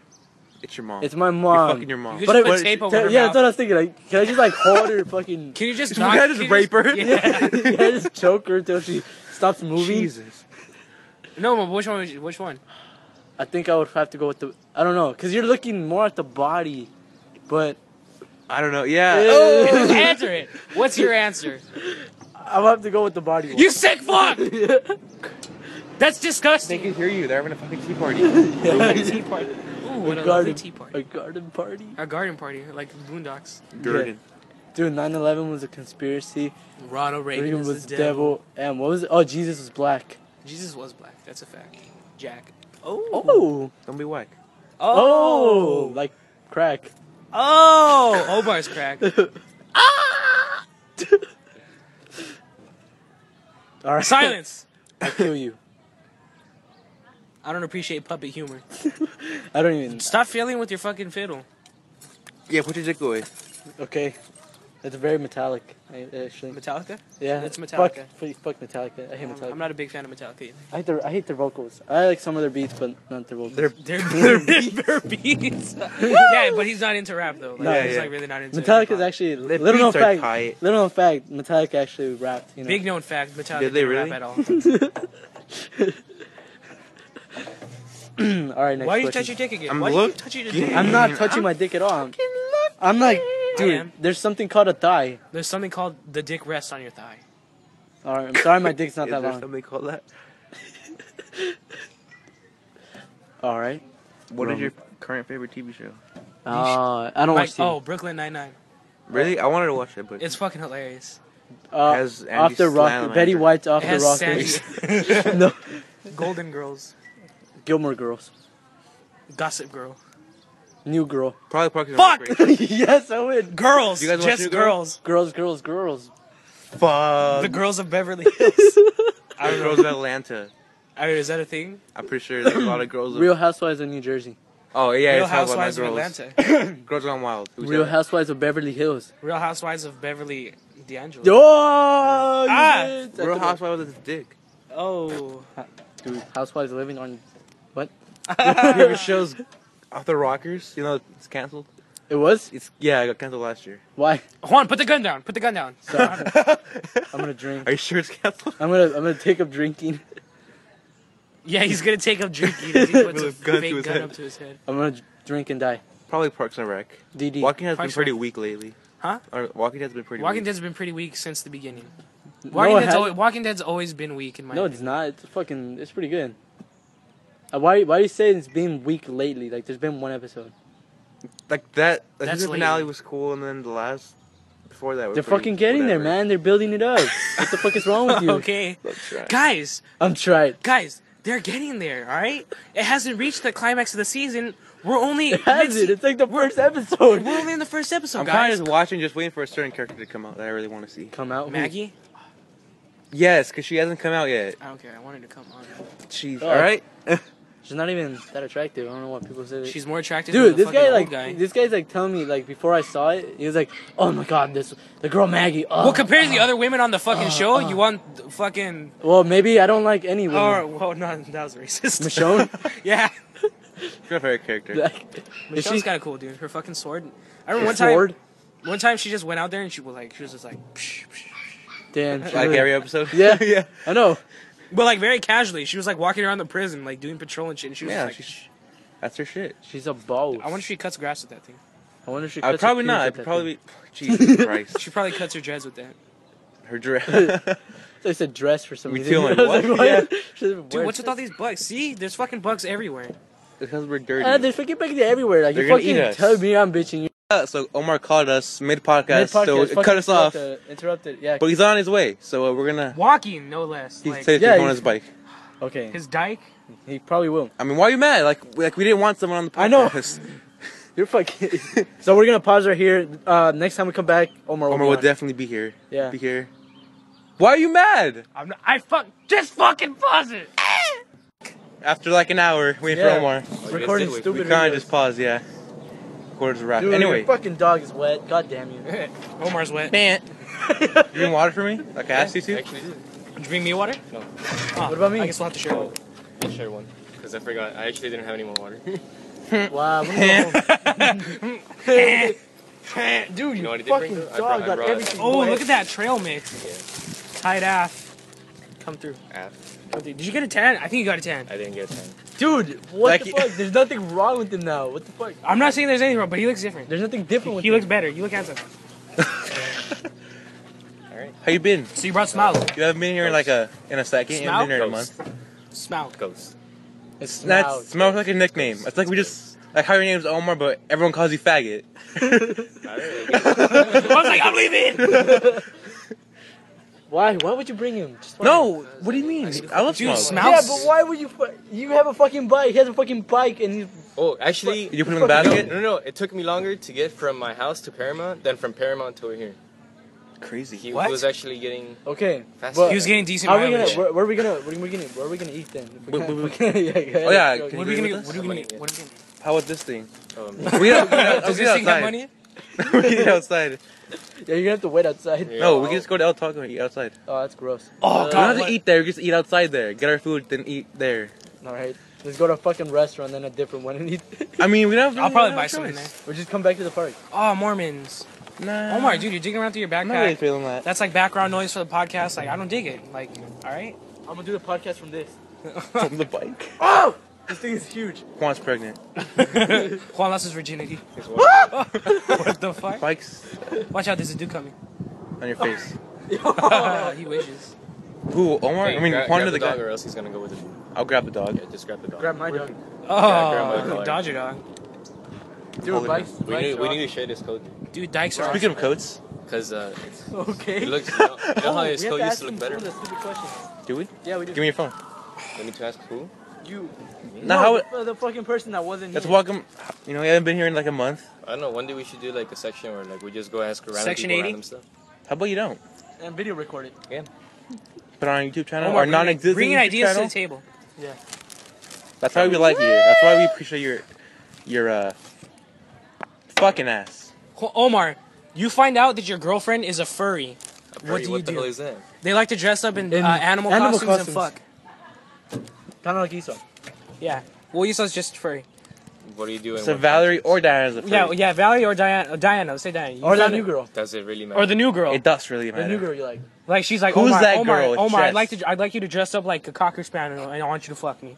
B: it's your mom.
C: it's my
B: You're
C: mom.
B: fucking your mom.
A: You just
C: I-
A: put
C: what-
A: tape over
C: Yeah,
A: her
C: yeah, that's
A: mouth.
C: what I was thinking. Like, can I just like hold her fucking?
A: Can you just
B: You
A: knock?
B: gotta just
A: can you
B: rape her?
A: Yeah.
C: Can I just choke her until she stops moving?
B: Jesus.
A: no, but which one? would you- Which one?
C: I think I would have to go with the. I don't know, cause you're looking more at the body, but
B: I don't know. Yeah.
C: Oh.
A: answer it. What's your answer?
C: I would have to go with the body. one.
A: You sick fuck. That's
B: They
A: disgusting.
B: can hear you. They're having a fucking tea party.
A: Ooh, tea party. Ooh, what a lovely
C: garden,
A: tea party.
C: a garden party.
A: A garden party, like Boondocks.
B: Gurdon.
C: Dude, 9/11 was a conspiracy.
A: Ronald Reagan,
C: Reagan
A: is
C: was
A: the
C: devil. and what was it? Oh, Jesus was black.
A: Jesus was black. That's a fact. Jack.
C: Oh,
B: Don't be whack.
C: oh, like crack.
A: Oh, Omar's crack.
C: All right,
A: Silence.
C: I kill you.
A: I don't appreciate puppet humor.
C: I don't even.
A: Stop failing with your fucking fiddle.
B: Yeah, put your dick away.
C: Okay, that's very metallic. I- Actually,
A: Metallica?
C: yeah,
A: That's
C: Fuck,
A: Metallica.
C: fuck, fuck Metallica. I hate
A: I'm,
C: Metallica.
A: I'm not a big fan of Metallica either.
C: I hate their I hate their vocals. I like some of their beats, but not their vocals.
A: They're, they're beats. yeah, but he's not into rap though. Like,
C: No,
A: he's
B: yeah.
A: like really not into
C: Metallica's
A: hip-hop.
C: actually
B: Their
C: little known
B: beats are
C: fact.
B: tight.
C: Little known fact. Metallica actually rapped. You know.
A: big known fact. Metallica
B: Did they
A: didn't
B: really?
A: rap at all.
C: Hmm, All right, next
A: Why do you touch
C: question.
A: your dick again?
B: I'm
A: Why
B: look-
A: do you touch your dick?
C: I'm not touching my dick at all. I'm, I'm like, dude.
A: am.
C: There's something called a thigh.
A: There's something called the dick rest on your thigh.
C: All right, I'm sorry, my dick's not
B: Is
C: that
B: there
C: long.
B: something called that?
C: All right.
B: What
C: Wrong.
B: is your current favorite TV show?
C: Uh, I don't
A: Like,
C: watch TV.
A: oh, Brooklyn Nine Nine.
B: Really? I wanted to watch it, but
A: It's fucking hilarious.
C: Uh,
B: has Andy
C: off the rock,
B: Salamander.
C: Betty White's off
A: it
C: the
A: has
C: rock.
A: Sandy,
C: no,
A: Golden Girls,
C: Gilmore Girls,
A: Gossip Girl,
C: New Girl.
B: probably Parks and
A: Fuck!
B: Recreation.
C: yes, I would.
A: Girls,
B: You guys watch
A: just
B: New Girl?
A: girls.
C: Girls, girls, girls.
A: The
B: Fuck.
A: girls of Beverly Hills.
B: I don't know. Girls of Atlanta.
A: I mean, is that a thing?
B: I'm pretty sure there's a lot of girls.
C: Real Housewives of New Jersey.
B: oh yeah,
A: Real
B: it's all about
A: Housewives of
B: girls.
A: Atlanta.
B: Girls Gone Wild. Who's
C: Real
B: that?
C: Housewives of Beverly Hills.
A: Real Housewives of Beverly D'Angelo.
C: Oh,
A: Ah!
B: Real Housewives with a dick.
A: Oh.
C: Dude, Housewives living on.
B: Favorite shows. Off the Rockers. You know it's canceled.
C: It was
B: It's yeah, it got canceled last year.
C: why?
A: Juan, put the gun down. Put the gun down.
C: Sorry. I'm gonna drink.
B: Are you sure it's canceled?
C: I'm gonna I'm gonna take up drinking.
A: Yeah, he's gonna take up drinking. He puts a
B: With a gun to
A: fake
B: his
A: gun
B: head.
A: up to his head.
C: I'm gonna drink and die.
B: Probably Parks and Rec.
C: DD.
B: Walking has been
A: Parks
B: pretty
A: and-
B: weak lately.
A: Huh?
B: Or Walking Dead's been pretty.
A: Walking
B: weak.
A: Dead's been pretty weak since the beginning.
C: No,
A: Walking,
C: it
A: Dead's,
C: hasn't.
A: always, Walking Dead's always been weak in my
C: No,
A: opinion.
C: it's not. It's fucking. It's pretty good. Uh, why? Why are you saying it's been weak lately? Like there's been one episode.
B: like that. Like
A: That's
B: the finale
A: lately.
B: was cool, and then the last before that. was
C: They're
B: pretty-
C: fucking getting
B: whatever.
C: there, man. They're building it up. what the fuck is wrong with you?
A: Okay.
B: Let's try.
A: Guys,
C: I'm tried.
A: guys, they're getting there, alright? It hasn't reached the climax of the season. We're only
C: It has it. It's like the first episode.
A: we're only in the first episode,
B: I'm kind
A: guys.
B: of just watching, just waiting for a certain character to come out that I really want to see.
C: Come out, who?
A: Maggie?
B: Yes, because she hasn't come out yet.
A: I don't care, I wanted to come on.
B: She's
C: Oh.
B: all right.
C: She's not even that attractive. I don't know what people say.
A: She's more attractive
C: Dude,
A: than the
C: this guy
A: fucking
C: like
A: old guy.
C: this guy's like telling me like before I saw it, he was like, "Oh my god, this the girl Maggie." Oh,
A: well, compared to the other women on the fucking
C: uh,
A: show,
C: uh.
A: you want the fucking.
C: Well, maybe I don't like any women.
A: Oh, well, no, that was racist.
C: Michonne?
A: yeah.
B: She's my favorite character.
C: Like, is
A: Michonne's
C: she
A: kind of cool, dude. Her fucking sword. I remember one time.
C: Ford?
A: One time she just went out there and she was like, she was just like, psh, psh.
C: Damn. she
B: Like
C: really-
B: every episode.
C: Yeah.
B: yeah.
C: I know.
A: but like very casually. She was like walking around the prison, like doing patrol and shit. And she was
B: Yeah,
A: just like,
B: she's- That's her shit.
C: She's a boss.
A: I wonder if she cuts grass with that thing.
C: I wonder if she.
B: Uh,
C: cuts her
B: probably
C: pubes
B: not.
C: with that
B: I'd probably Jesus Christ.
A: She probably cuts her dreads with that.
B: Her dress. Dude,
C: thing. I said dress for some
B: We
C: reason.
B: feeling
C: I was like,
B: what?
C: why-
B: Yeah.
C: she's like,
A: Dude,
C: where-
A: what's with all these bugs? See, there's fucking bugs everywhere.
B: because we're dirty.
C: Uh, there's fucking back everywhere. Like
B: They're
C: you
B: gonna eat
C: fucking
B: us.
C: tell me I'm bitching you.
B: Uh, so Omar called us mid podcast,
C: Mid-podcast,
B: so
C: fucking
B: cut us off.
C: interrupted- Interrupted. Yeah.
B: But he's on his way, so uh, we're gonna.
A: Walking, no less.
B: He
A: like
B: said
C: Yeah,
B: he's on
C: he's-
B: his bike.
C: Okay.
A: his dike.
C: He probably will.
B: I mean, why are you mad? Like, like we didn't want someone on the podcast.
C: I know. You're fucking. so we're gonna pause right here. Uh, next time we come back, Omar. will
B: Omar
C: be
B: will
C: on.
B: definitely be here.
C: Yeah.
B: Be here. Why are you mad?
A: I'm not, I fuck. Just fucking pause it.
B: After like an hour, waiting
C: Yeah.
B: for Omar.
C: Recording
B: We
C: stupid
B: kind of
C: videos.
B: just pause, yeah. Quarters wrap.
C: Dude,
B: Anyway,
C: your fucking dog is wet. God damn you.
A: Omar's wet.
B: man, you drink water for me? Like I asked you to?
E: Actually, did.
A: Drink me water?
E: No.
A: Ah,
C: What about me?
A: I guess we'll have to share. one.
E: I'll share one. Because I forgot. I actually didn't have any more water.
C: wow. let me go home. Dude,
E: You
C: you
E: know what I did
C: fucking
E: bring, though?
C: dog
E: I brought- I
C: got
E: brought-
C: everything
A: Oh,
C: wet.
A: look at that trail mix. Tied ass. Come through.
E: Ah,
A: Come through. Did you get a tan? I think you got a tan.
E: I didn't get a 10.
C: Dude, what
B: Like-
C: the fuck? There's nothing wrong with him now. What the fuck?
A: I'm not saying there's anything wrong, but he looks different.
C: There's nothing different with
A: He
C: him.
A: looks better. You look handsome.
E: Alright.
B: How you been?
A: So you brought smile.
B: You haven't been here in like a in a second. You haven't been here in a month.
A: Smile.
E: Ghost.
C: It
B: That's
C: smells.
B: smells like a nickname. It's like we just like how your name's Omar, but everyone calls you faggot.
A: I was like, I'm leaving.
C: Why? Why would you bring him? Just why?
B: No, what do you mean? I love
A: Dude,
B: smells.
A: smell-
C: Yeah, but why would you? Fu- you have a fucking bike. He has a fucking bike, and he's
E: Oh, actually.
B: Did you put him in the
E: no, no,
B: basket?
E: no, no. It took me longer to get from my house to Paramount than from Paramount to here.
B: Crazy.
E: He
A: What?
E: was actually getting.
C: okay.
E: Fast
C: but
E: food.
A: He was getting decent
C: how are we gonna?
A: mileage.
C: Where, where are we gonna? Where are we gonna? Where are we gonna eat then? If we
B: Wait,
C: can't-
B: wait,
C: we can't- yeah,
B: Oh, yeah,
C: okay.
B: can
A: What are we gonna? What are we gonna? What are we gonna?
B: How about this thing?
E: Um,
B: We don't, we don't,
A: Does
B: we
A: this thing have
B: outside.
A: money?
B: we eat outside.
C: Yeah, you're gonna have to wait outside.
E: Yeah.
B: No, we can just go to El Taco and eat outside.
C: Oh, that's gross.
A: Oh
B: We don't
A: god.
B: have to eat there. We just eat outside there. Get our food, then eat there.
C: All right, let's go to a fucking restaurant, then a different one, and eat.
B: I mean, we don't. Have,
A: I'll
B: we
A: probably
B: don't
A: buy
B: have a
A: something there.
B: choice.
C: Or just come back to the park.
A: Oh, Mormons.
B: Nah.
A: Omar, dude, you're digging around through your
B: I'm not really
A: backpack.
B: feeling that.
A: That's like background noise for the podcast. Like, I don't dig it. Like, all right.
C: I'm gonna do the podcast from this.
B: From the bike.
C: Oh, this thing is huge.
B: Juan's pregnant.
A: Juan lost his virginity.
E: his water.
A: What the fuck?
B: Bikes
A: Watch out, there's a dude coming. Uh,
B: on
A: Oh.
B: your face.
A: he wishes.
B: Who? Omar? I mean,
E: grab,
B: Juan
E: grab
B: to the
E: dog,
B: guy.
E: or else he's gonna go with the dog.
B: I'll grab the dog.
E: Yeah, just grab the dog.
C: Grab my dog.
E: grandma
A: Oh,
E: collar.
A: Dodger dog.
C: Dude, bikes. bikes
E: we need,
C: are
E: we
C: awesome.
E: need to share this coat
A: Dude, dykes are.
B: Speaking of coats,
E: because uh, it's,
C: Okay.
E: it looks. You know, you know
C: Oh,
E: how
C: we
E: his
C: have
E: coat
C: to
E: used
C: ask
E: to look
C: him
E: better.
C: some of the stupid questions.
B: do we?
C: Yeah, we do.
B: Give me your phone.
E: We need to ask who.
C: you.
B: Now,
C: no,
B: how?
C: the, the fucking person that wasn't
B: Let's
C: here.
B: welcome. You know, we haven't been here in like a month.
E: I don't know. One day we should do like a section where like we just go ask random
A: Section
E: people
A: 80?
E: random stuff.
B: How about you don't?
C: and video recorded.
B: Put on our YouTube channel
A: Omar,
B: or non-existent
A: bringing
B: YouTube
A: ideas to
B: channel.
A: the table.
B: That's why we like you. That's why we appreciate your, your uh, fucking ass.
A: Ho- Omar, you find out that your girlfriend is a furry.
E: A
A: What
E: furry,
A: do you
E: what the
A: do?
E: hell is that?
A: They like to dress up in,
C: In
A: uh, animal,
C: animal
A: costumes,
C: costumes.
A: and fuck.
C: Kind of like Esau.
A: Yeah. Well, you saw it's just furry.
E: What do you do? in
B: So
E: what
B: Valerie
E: context?
B: or Diana's a furry.
A: Yeah, yeah. Valerie or Diana. Or Diana. Say Diana. You
C: Or that
A: found
C: new
A: it.
C: girl.
E: Does it really matter?
A: Or the new girl.
B: It does really matter.
C: The new girl you like.
A: Like she's like,
B: Who's
A: Omar,
B: that
A: Omar,
B: girl with
A: Omar, I'd
B: chest?
A: like to, I'd like you to dress up like a cocker spaniel, and I want you to fuck me.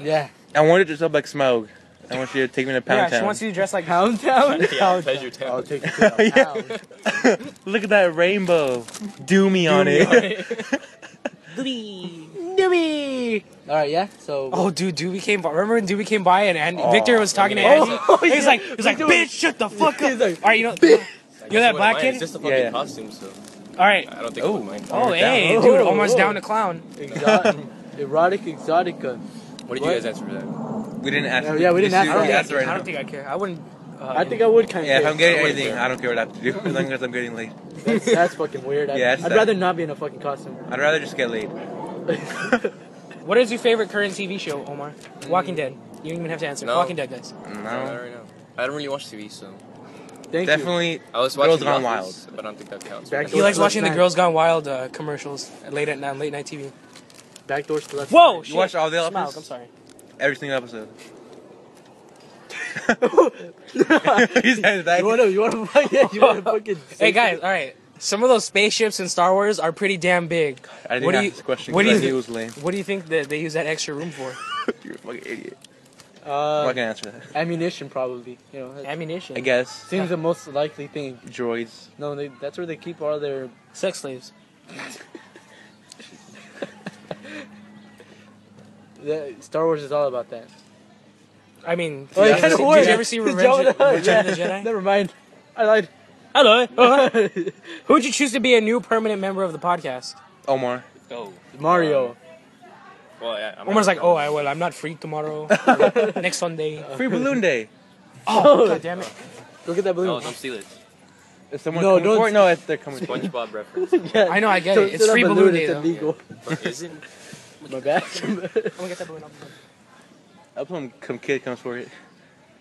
C: Yeah.
B: I wanted to sub like Smog. I want you to take me to
A: yeah,
B: Pound
A: she
B: Town.
A: wants you to dress like.
C: Pound Town?
E: yeah, pleasure town.
C: I'll take you to the
B: Yeah.
C: pound.
B: Look at that rainbow. Do me on it.
C: Dewey! Alright, yeah, so.
A: Oh, dude, Doobie came by. Remember when Doobie came by and Andy,
B: Oh,
A: Victor was talking to
B: yeah.
A: Andy?
C: Oh,
A: he's
C: yeah.
A: like, he's like,
C: He's doing-
A: bitch, shut the fuck
C: He's
A: up.
C: like,
A: all right, you know, you
E: I
A: know
E: guess
A: that
E: it wouldn't
A: black
E: mind,
A: kid?
E: It's just a
B: Yeah,
E: fucking
B: yeah.
E: costume, so
A: all right.
E: I don't think
B: Oh,
E: we mind.
A: Oh,
B: Down.
A: hey,
C: Oh,
A: dude,
C: oh,
A: Omar's
C: oh.
A: down to clown.
C: Exo- erotic Exotica.
E: What did you guys answer for that?
B: We didn't ask.
C: Yeah, yeah, we didn't
B: This
C: ask
B: is- we didn't
C: that.
A: I
C: Yeah,
B: ask
A: don't,
B: right now.
A: think I care. I wouldn't. Uh,
C: I think I would kind of.
B: Yeah, if I'm getting
E: I wouldn't
B: anything,
E: care.
B: I don't care what I have to do as long as I'm getting laid.
C: That's, that's fucking weird. I'd,
B: Yeah, that's
C: I'd
B: that.
C: rather not be in a fucking costume.
B: I'd rather just get laid.
A: What is your favorite current TV show, Omar? Walking
B: Mm.
A: Dead. You don't even have to answer.
E: No.
A: Walking Dead, guys.
E: Not
B: No.
E: right now. I don't really watch TV, so
C: Thank
B: Definitely.
E: I was
B: Girls
E: watching
B: Gone
E: Office, but I don't think that counts.
C: Back
A: He likes
C: Backdoor
A: watching the
C: Smack.
A: Girls Gone Wild uh, commercials late at night, late night TV.
C: you. Backdoors to left.
A: Whoa, shit.
B: watched all the
A: Smaug,
B: episodes?
A: I'm sorry.
B: Every single episode. He's headed back.
C: You wanna, you wanna, fuck- yeah, you wanna fucking.
A: Hey guys, all right. Some of those spaceships in Star Wars are pretty damn big.
B: I didn't
A: what do
B: ask
A: you-
B: this question
A: what do
B: because I
A: you
B: knew
A: thi-
B: it was lame.
A: What do you think that they use that extra room for?
B: You're a fucking idiot. I'm
C: Uh,
B: not gonna answer that.
C: ammunition, probably. You know, that
A: Ammunition.
B: I guess.
C: seems the most likely thing.
B: Droids.
C: No, they, that's where they keep all their.
A: Sex slaves.
C: The, Star Wars is all about that.
A: I mean,
C: Oh,
A: did,
C: yeah,
A: you ever
C: it
A: see,
C: worked.
A: did you ever see
C: Did
A: Revenge,
C: y'all know?
A: Return of the
C: Yeah,
A: Jedi?
C: Never mind. I lied.
A: Hello. Uh-huh. Who would you choose to be a new permanent member of the podcast?
B: Omar.
E: Oh,
C: Mario.
E: well, yeah, I'm
A: Omar's
E: not-
A: like, oh, I will. I'm not free tomorrow. Next Sunday.
B: Free balloon day.
A: Oh, God damn it.
C: Look at that
E: Oh,
C: balloon.
E: don't steal it.
B: Is someone
C: No,
B: coming
C: don't-
B: for it? No, it's, they're coming for it.
E: SpongeBob reference.
C: Yeah,
A: I know, I get
C: don't
A: it. It's
C: sit on
A: free
C: a
A: balloon day,
C: It's
A: though.
C: illegal.
E: But is it?
C: My bad.
A: I'm gonna get that balloon up.
B: Up some, some kid comes for it.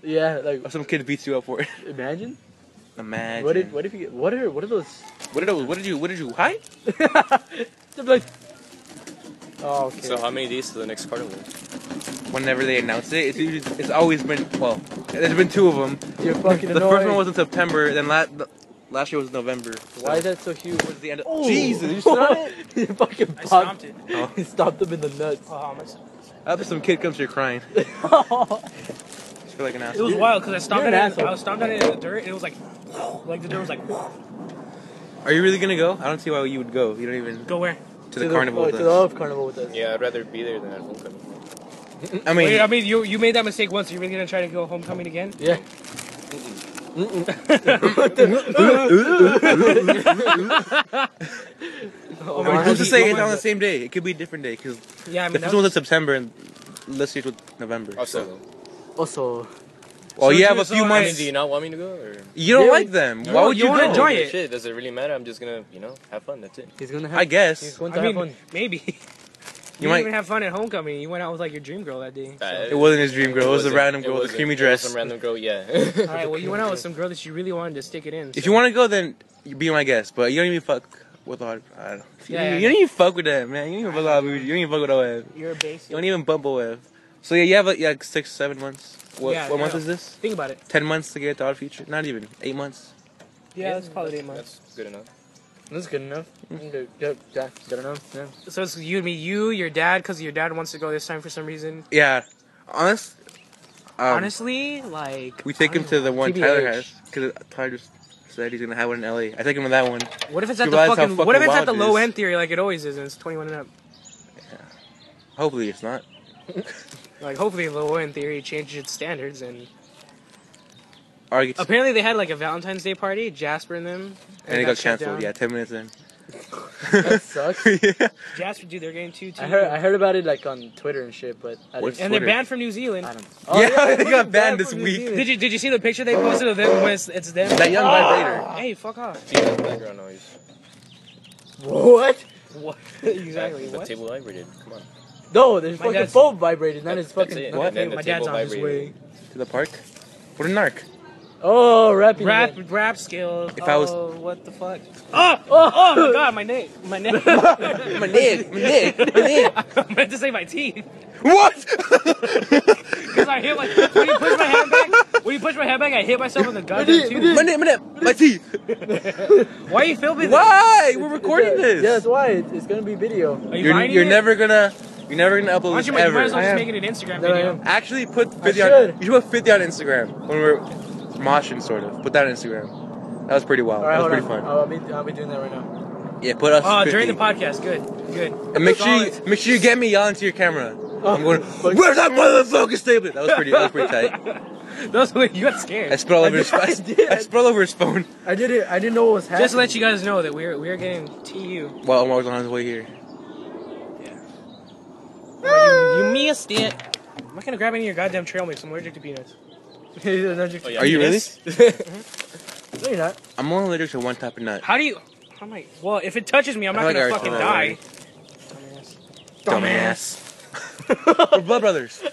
C: Yeah, like
B: Up some kid beats you up for it.
C: imagine.
B: Imagine.
C: What did what if you get what are what are those?
B: What did I, what did you what did you hide?
C: They'd be like, oh okay.
E: So how many of these to the next carnival?
B: Whenever they announce it, it's usually, it's always been well. There's been two of them.
C: You're fucking
B: The first one
C: annoying.
B: was in September. Then la- the, last year was November. So
C: Why is that so huge?
B: towards the end of-
C: Oh.
B: Jesus, you saw it?
C: you fucking
A: I
C: popped.
A: stomped it.
C: He stopped them in the nuts.
A: Oh, my son.
B: After some kid comes here crying,
C: oh
B: just feel like an ass.
A: It was wild because I stomped at
C: You're an
A: it.
C: asshole.
A: I was stomped at it in the dirt, and it was like, like the dirt was like,
B: Are you really gonna go? I don't see why you would go. You don't even
A: go where?
B: to the, carnival.
C: oh,
B: with
C: to
B: us.
C: the love carnival with us.
E: Yeah, I'd rather be there than at homecoming.
B: I mean,
A: Wait, I mean, you you made that mistake once. Are you really gonna try to go homecoming again?
C: Yeah.
A: Oh,
B: I mean, who's to
A: goodness.
B: say it's on the same day? It could be a different day because
A: Yeah, I
B: the
A: mean,
B: first
A: that
B: one was
A: was,
B: in September and last year's was November.
E: Also,
C: Also,
A: So
B: Well, Oh, you have a
A: it's-
B: few
A: so
E: I
B: months.
E: mean, do you not want me to go? Or?
B: You don't
C: Yeah,
B: like them. Why
A: don't-
B: would
A: you
B: you
A: don't
B: go?
A: enjoy it.
E: Shit, does it really matter? I'm just gonna, you know, have fun. That's it.
C: he's gonna have.
B: I
C: He's
B: guess.
C: going to
A: I
C: have
A: mean,
C: fun.
A: maybe. You,
B: might-
A: didn't even have fun at homecoming. You went out with like your dream girl that day.
E: Uh,
B: It wasn't his dream girl. It was a
E: wasn't-
B: random
E: it
B: girl with a
E: wasn't.
B: creamy
E: It was
B: dress.
E: Some random girl, yeah.
A: All right, well, you went out with some girl that you really wanted to stick it in.
B: If
A: so-
B: you want to go, then you be my guest. But you don't even fuck with all. I don't.
A: Yeah, yeah,
B: you don't even fuck with that man. You don't even fuck with all. You don't even fuck with OF.
A: you're a basic.
B: You don't even bump OF. So yeah, you have like, yeah, like six, seven months. What,
A: Yeah,
B: what
A: yeah.
B: month is this?
A: Think about it.
B: Ten months to get the odd future. Not even eight months.
A: Yeah, let's call it eight months.
E: That's good enough.
C: That's good enough. Good, good, yeah, good enough. Yeah.
A: So it's you and me, you, your dad, because your dad wants to go this time for some reason.
B: Yeah, honest. Um,
A: Honestly, like
B: we take him to the one
C: TBH.
B: Tyler has because Tyler just said he's gonna have one in LA. I take him to that one.
A: what if it's at
B: you
A: the
B: realize how
A: fucking, what if
B: fucking
A: it's at the
B: wild it
A: low
B: is.
A: end theory like it always is and it's twenty one and up.
B: Hopefully, it's not.
A: Like hopefully the low end theory changes its standards and
B: Or I get
A: apparently they had like a Valentine's Day party, Jasper and them.
B: and it
A: that
B: got
A: shut
B: canceled.
A: down.
B: Yeah, ten minutes in.
C: That sucks.
B: yeah.
A: Jasper dude, they're getting two too.
C: I heard I heard about it like on Twitter and shit, but I
B: What's-
C: didn't.
A: and they're
B: Twitter.
A: banned from New Zealand.
C: I don't.
B: Yeah, they got banned this
C: from New
B: week.
C: Zealand.
A: Did you did you see the picture they posted of them when it's, it's them?
B: That young vibrator.
A: Hey, fuck off.
E: See that background noise.
C: What?
A: What? exactly.
E: The
A: What?
E: table vibrated. Come on.
C: No, there's
A: My
C: fucking
A: dad's-
C: phone vibrated. Not his
E: That's
C: fucking.
E: it.
C: not
E: And then
C: his-
E: the
A: My dad's
E: table
A: on his way.
E: vibrated.
B: To the park. What a narc.
C: Oh, rapping.
A: Rap,
C: again.
A: rap skills.
B: If I was-
A: oh, what the fuck? Oh, oh, my god, my neck, my neck. I
B: My dick, my dick, my dick.
A: meant to say my teeth.
B: What?
A: Cause I hit like when you push my hand back. When you push my hand back, I hit myself in the goddamn tooth.
B: my dick, my dick, my teeth.
A: Why are you filming this?
B: Why? We're
C: It's
B: recording
C: a-
B: this.
C: Yeah, that's why it's, it's gonna be video.
A: Are you
B: You're,
A: finding
B: you're
A: it?
B: never gonna, you're never gonna upload
A: Why don't you, make-
B: this
A: you might
B: ever.
A: as well
B: I
A: just
B: am.
A: make it an Instagram
C: Then I
A: video.
C: am.
B: Actually, put
C: I
B: 50 on.
C: should.
B: You should put 50 on Instagram when we're moshing, sort of. Put that on Instagram. That was pretty wild.
C: All right,
B: that was pretty
C: hold on. Uh,
B: fun.
C: I'll, I'll be I'll be doing that right now.
B: Yeah, put us.
A: Oh,
B: 50.
A: during the podcast, good, good.
B: And make sure you
A: Solid.
B: make sure you get me yelling to your camera.
C: Uh,
B: I'm going.
C: fuck.
B: Where's that motherfucking stapler? That was pretty. That was pretty tight.
A: That's what you got
B: I
A: scared.
B: spilled all over his.
C: I
B: I,
C: did.
B: I spilled over his phone.
C: I did it. I didn't know what was happening.
A: Just to let you guys know that we're we're getting tu.
B: While Omar was on his way here.
A: You, you missed it. I'm not gonna grab any of your goddamn trail mix. I'm allergic to peanuts.
E: Oh,
C: no,
E: yeah,
B: Are you really?
E: yes.
C: you're not.
B: I'm only allergic to one type of nut.
A: How do you? How am I? Well, if it touches me, I'm
B: I
A: not
B: feel
A: gonna
B: like I
A: fucking
B: already
A: die.
B: Dumbass. We're blood brothers.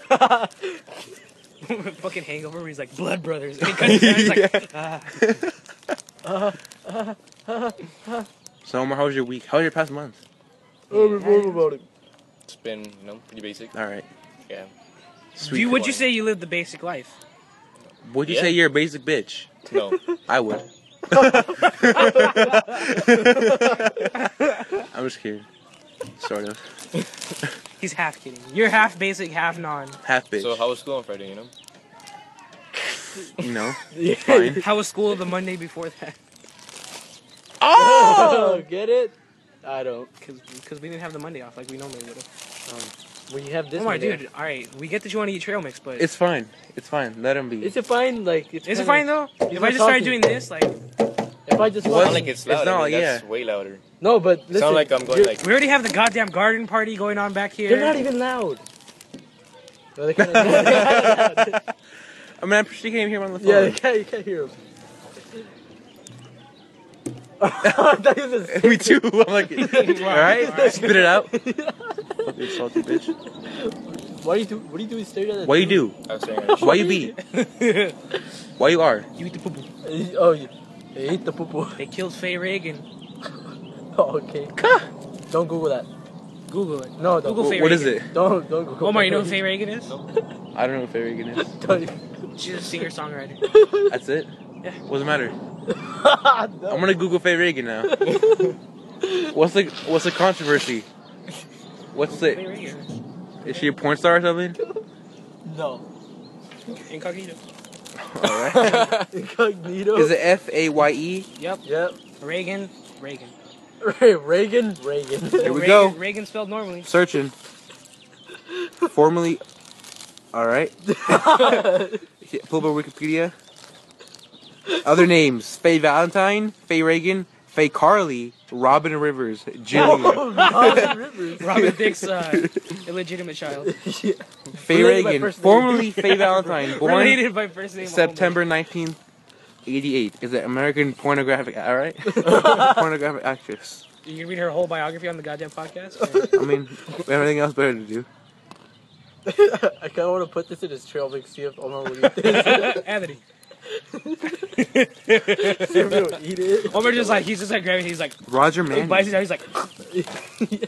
A: fucking hangover where he's like blood brothers. And he cuts his hand, he's like,
B: So Omar, how was your week? How was your past month?
C: Oh, we're bored about it.
E: It's been, you know, pretty basic.
B: All right.
E: Yeah.
A: Do you, would you say you lived the basic life?
B: Would you
E: Yeah.
B: say you're a basic bitch?
E: No.
B: I would. I'm just kidding. Sort of.
A: He's half kidding. You're half basic, half non.
B: Half bitch.
E: so how was school on Friday? You know.
B: you know? Fine.
A: How was school the Monday before that?
C: Oh, get it? I don't.
A: Because we didn't have the Monday off like we normally would have.
C: When you have this,
A: Oh my
C: one there.
A: dude, alright, we get that you want to eat trail mix, but.
B: It's fine. It's fine. Let him be.
C: It's a fine. Like it's
A: is it
C: kinda-
A: fine though? If
C: not
A: I just started doing
C: talking.
A: this, like.
C: If I just
B: What?
C: watch-
E: Sound like it's
B: It's
E: loud. I
B: not,
E: mean, that's
B: yeah.
E: way louder.
C: no, but listen.
E: Sound like I'm going
C: you're-
E: like.
A: We already have the goddamn garden party going on back here.
C: They're not even loud. No, they kinda, they're kinda loud.
B: I mean, I'm pretty can't even hear him on the phone.
C: Yeah, you can't, you can't hear him. I thought he was a-
B: Me too. I'm like, all right, spit it out. Fucking salty bitch.
C: Why do you do? What do you do? Stare at the
B: Why you do?
E: I was staring at it.
B: Why you be? Why you are?
A: You eat the poo-poo.
C: do? Oh, you you eat the poo poo.
A: They killed Faye Reagan.
C: okay. Don't Google that.
A: Google it. Google
C: No, don't. Google
A: Faye
B: What is
A: Reagan.
B: it?
C: Don't don't Google.
A: Omar, you know who Faye Reagan is?
B: I don't know what Faye Reagan is.
C: Don't-
A: She's a singer songwriter.
B: That's it.
A: Yeah.
B: What's the matter?
C: No.
B: I'm gonna Google Faye Reagan now. what's the What's the controversy? What's
A: Faye
B: the?
A: Reagan.
B: Is she a porn star or something?
C: No.
A: Incognito.
B: All right.
C: Incognito.
B: Is it F A Y E?
A: Yep.
C: Yep.
A: Reagan. Reagan.
C: Ray- Reagan. Reagan.
B: Here we
A: Reagan,
B: go.
A: Reagan spelled normally.
B: Searching. Formerly. All right. Yeah, Pull up Wikipedia. Other names: Faye Valentine, Faye Reagan, Faye Carly, Robin Rivers, Jr.,
C: Robin Rivers.
A: Robin Thicke's uh, illegitimate child.
B: Faye
C: Related by
B: Reagan,
C: first name.
B: formerly Faye Valentine, born
A: Related by first name.
B: September 1988, is an American pornographic. All right, pornographic actress.
A: only. You can read her whole biography on the goddamn podcast.
B: I mean, we have anything else better to do?
C: I kind of want to put this in his trail mix. See if Omar would eat this.
A: Anthony.
C: See if he would eat it.
A: Homer just like he's just like grabbing. He's like
B: Roger
A: he bites it down.
B: Manning.
A: He's like,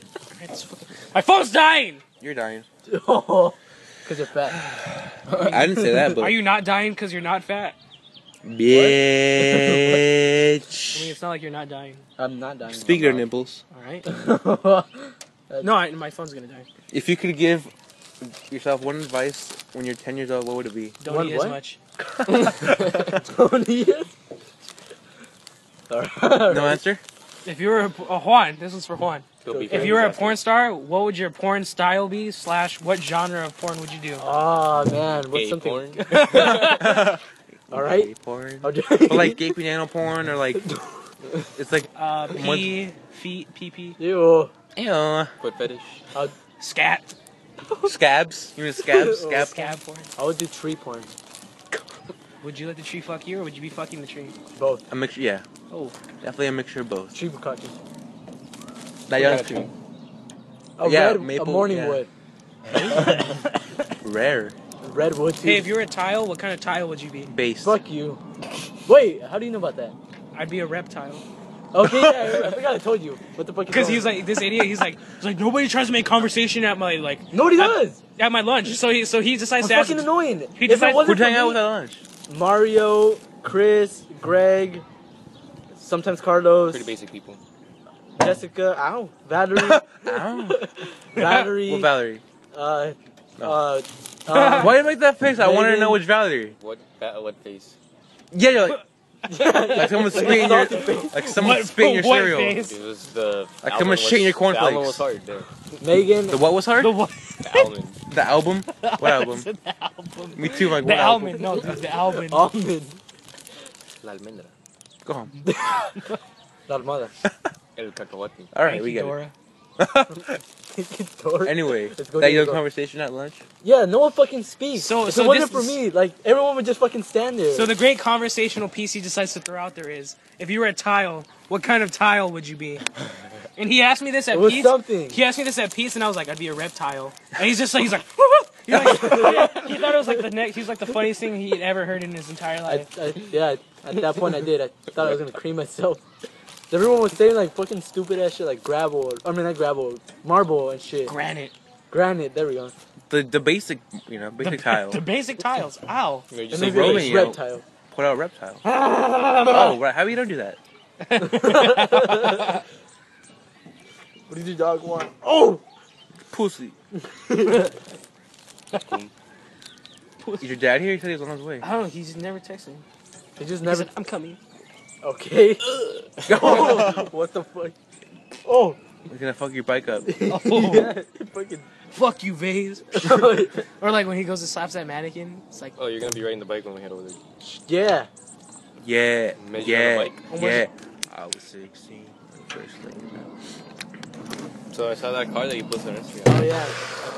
A: "It's fucking- my phone's dying.
B: You're dying.
C: Oh, because you're fat.
B: I didn't say that, but
A: Are you not dying because you're not fat? I mean,
B: bitch.
A: it's not like you're not dying.
C: I'm not dying.
B: Speaking of nipples,
A: All right.
C: of
A: No, I, my phone's gonna die.
B: if you could give yourself one advice when you're 10 years old, what would it be?
A: Don't
C: What-
A: eat
C: what?
A: as much.
C: Tony is.
B: No answer.
A: If you were a, a Juan, this one's for Juan.
E: He'll be
A: If
E: very
A: you were a
E: fast.
A: porn star, what would your porn style be? Slash, what genre of porn would you do?
C: Oh man, what's
E: Gay
C: something?
E: porn.
C: All right.
B: Gay porn.
C: I'll do-
B: But like gaping anal porn or like it's like
A: Uh, pee, feet, pee pee,
C: Ew.
B: ew
E: Foot fetish.
A: scat,
B: scabs. You mean scabs? Scab.
A: Oh, scab porn.
C: I would do tree porn.
A: Would you let the tree fuck you, or would you be fucking the tree?
C: Both.
B: A mixture. Yeah,
A: Oh,
B: definitely a mixture of both.
C: Tree bukkake.
B: That young too
C: A
B: Yeah,
C: red,
B: maple,
C: a morning
B: yeah.
C: wood.
B: rare
C: Redwood too.
A: hey, if you were a tile, what kind of tile would you be?
B: base.
C: Fuck you. Wait, how do you know about that?
A: I'd be a reptile.
C: Okay, yeah, I, I forgot I told you. What the fuck?
A: Because he was like this idiot. He's like, he's like nobody tries to make conversation at my like
C: Nobody does.
A: at my lunch. So he so he decides
C: I'm
A: to ask.
C: fucking annoying.
A: He
C: if it
A: decides-
B: Who'd
C: wasn't for
B: hang out
C: me-
B: with at lunch?
C: Mario, Chris, Greg, sometimes Carlos,
E: Pretty basic people.
C: Jessica, ow, Valerie,
B: Ow.
C: Valerie,
B: What Valerie?
C: uh,
B: No.
C: uh, uh,
B: Why do you make that face? I wanted to
C: Megan.
B: know which Valerie.
E: What fat, what face?
B: Yeah, you're like like someone spitting your
C: Salty face.
B: like someone
A: What-
B: spitting your
A: what
B: cereal.
A: face?
E: It was the.
B: I come
E: almond
B: and
E: was-
B: shit in your cornflakes.
E: The almond was hard. There.
C: Megan,
B: The what was hard?
A: The what?
E: The almond.
B: The album? What album?
A: the album.
B: Me too, like
A: The
B: what album?
A: almond. No, dude, the almond.
C: Almond,
E: La almendra.
B: Go home.
C: La Armada,
E: El cacahuate.
B: Alright,
A: Thank
B: we
A: you,
B: get it.
A: Dora.
C: Dora.
B: Anyway,
C: Let's go,
B: that
C: Diego.
B: young conversation at lunch?
C: Yeah, no one fucking speaks.
A: So-
C: if
A: so
C: it wasn't
A: this
C: for
A: is-
C: me, like everyone would just fucking stand there.
A: So the great conversational piece he decides to throw out there is: if you were a tile, what kind of tile would you be? And he asked me this at
C: it was
A: Pete's.
C: something.
A: He asked me this at Pete's, and I was like, I'd be a reptile. And he's just like, he's like, "Woo-hoo!" He's like- he thought it was like the next. He's like the funniest thing he'd ever heard in his entire
C: I,
A: life.
C: I, yeah, at that point I did. I thought I was gonna cream myself. Everyone was saying like fucking stupid ass shit like gravel. I mean not gravel, marble and shit.
A: Granite.
C: Granite. There we go.
B: The the basic you know, basic tile.
A: The basic tiles. Ow.
E: You know, you
C: And
E: just
C: then
E: like,
B: maybe-
E: roll-
B: rolling,
C: it's
B: you know.
C: reptile.
B: Put out reptile. oh, right. How you don't do that?
C: What did your dog want? Oh,
B: Pussy. Is your dad here? He said he was on his way.
A: I don't know. He just never texted me.
C: he just
A: He
C: never.
A: said, I'm coming.
C: Okay. oh, what the fuck? Oh,
B: He's gonna fuck your bike up.
A: Oh,
C: yeah, it fucking.
A: fuck you, Vase. Or like when he goes and slaps that mannequin. It's like,
E: Oh, you're gonna be riding the bike when we head over there.
C: yeah.
B: Yeah.
E: Measure
B: yeah.
E: the bike.
B: Yeah. I was 16. when I first learned that.
E: So I saw that car that you posted on Instagram.
C: Oh yeah. I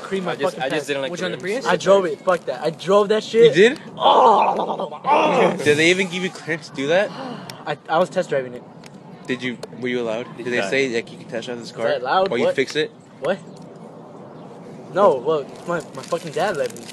C: creamed my
E: I just,
C: fucking
E: I
C: pants.
E: just didn't like.
A: Which
E: the
A: one, the
E: rims.
A: Prius?
C: I drove it. Fuck that. I drove that shit.
B: You did?
C: Oh,
B: Did they even give you clearance to do that?
C: I, I was test driving it.
B: Did you? Were you allowed? Did they
E: Yeah.
B: say like you can test drive this car?
C: that allowed?
B: While you
C: What?
B: fix it?
C: What? No, well, my, my fucking dad let me.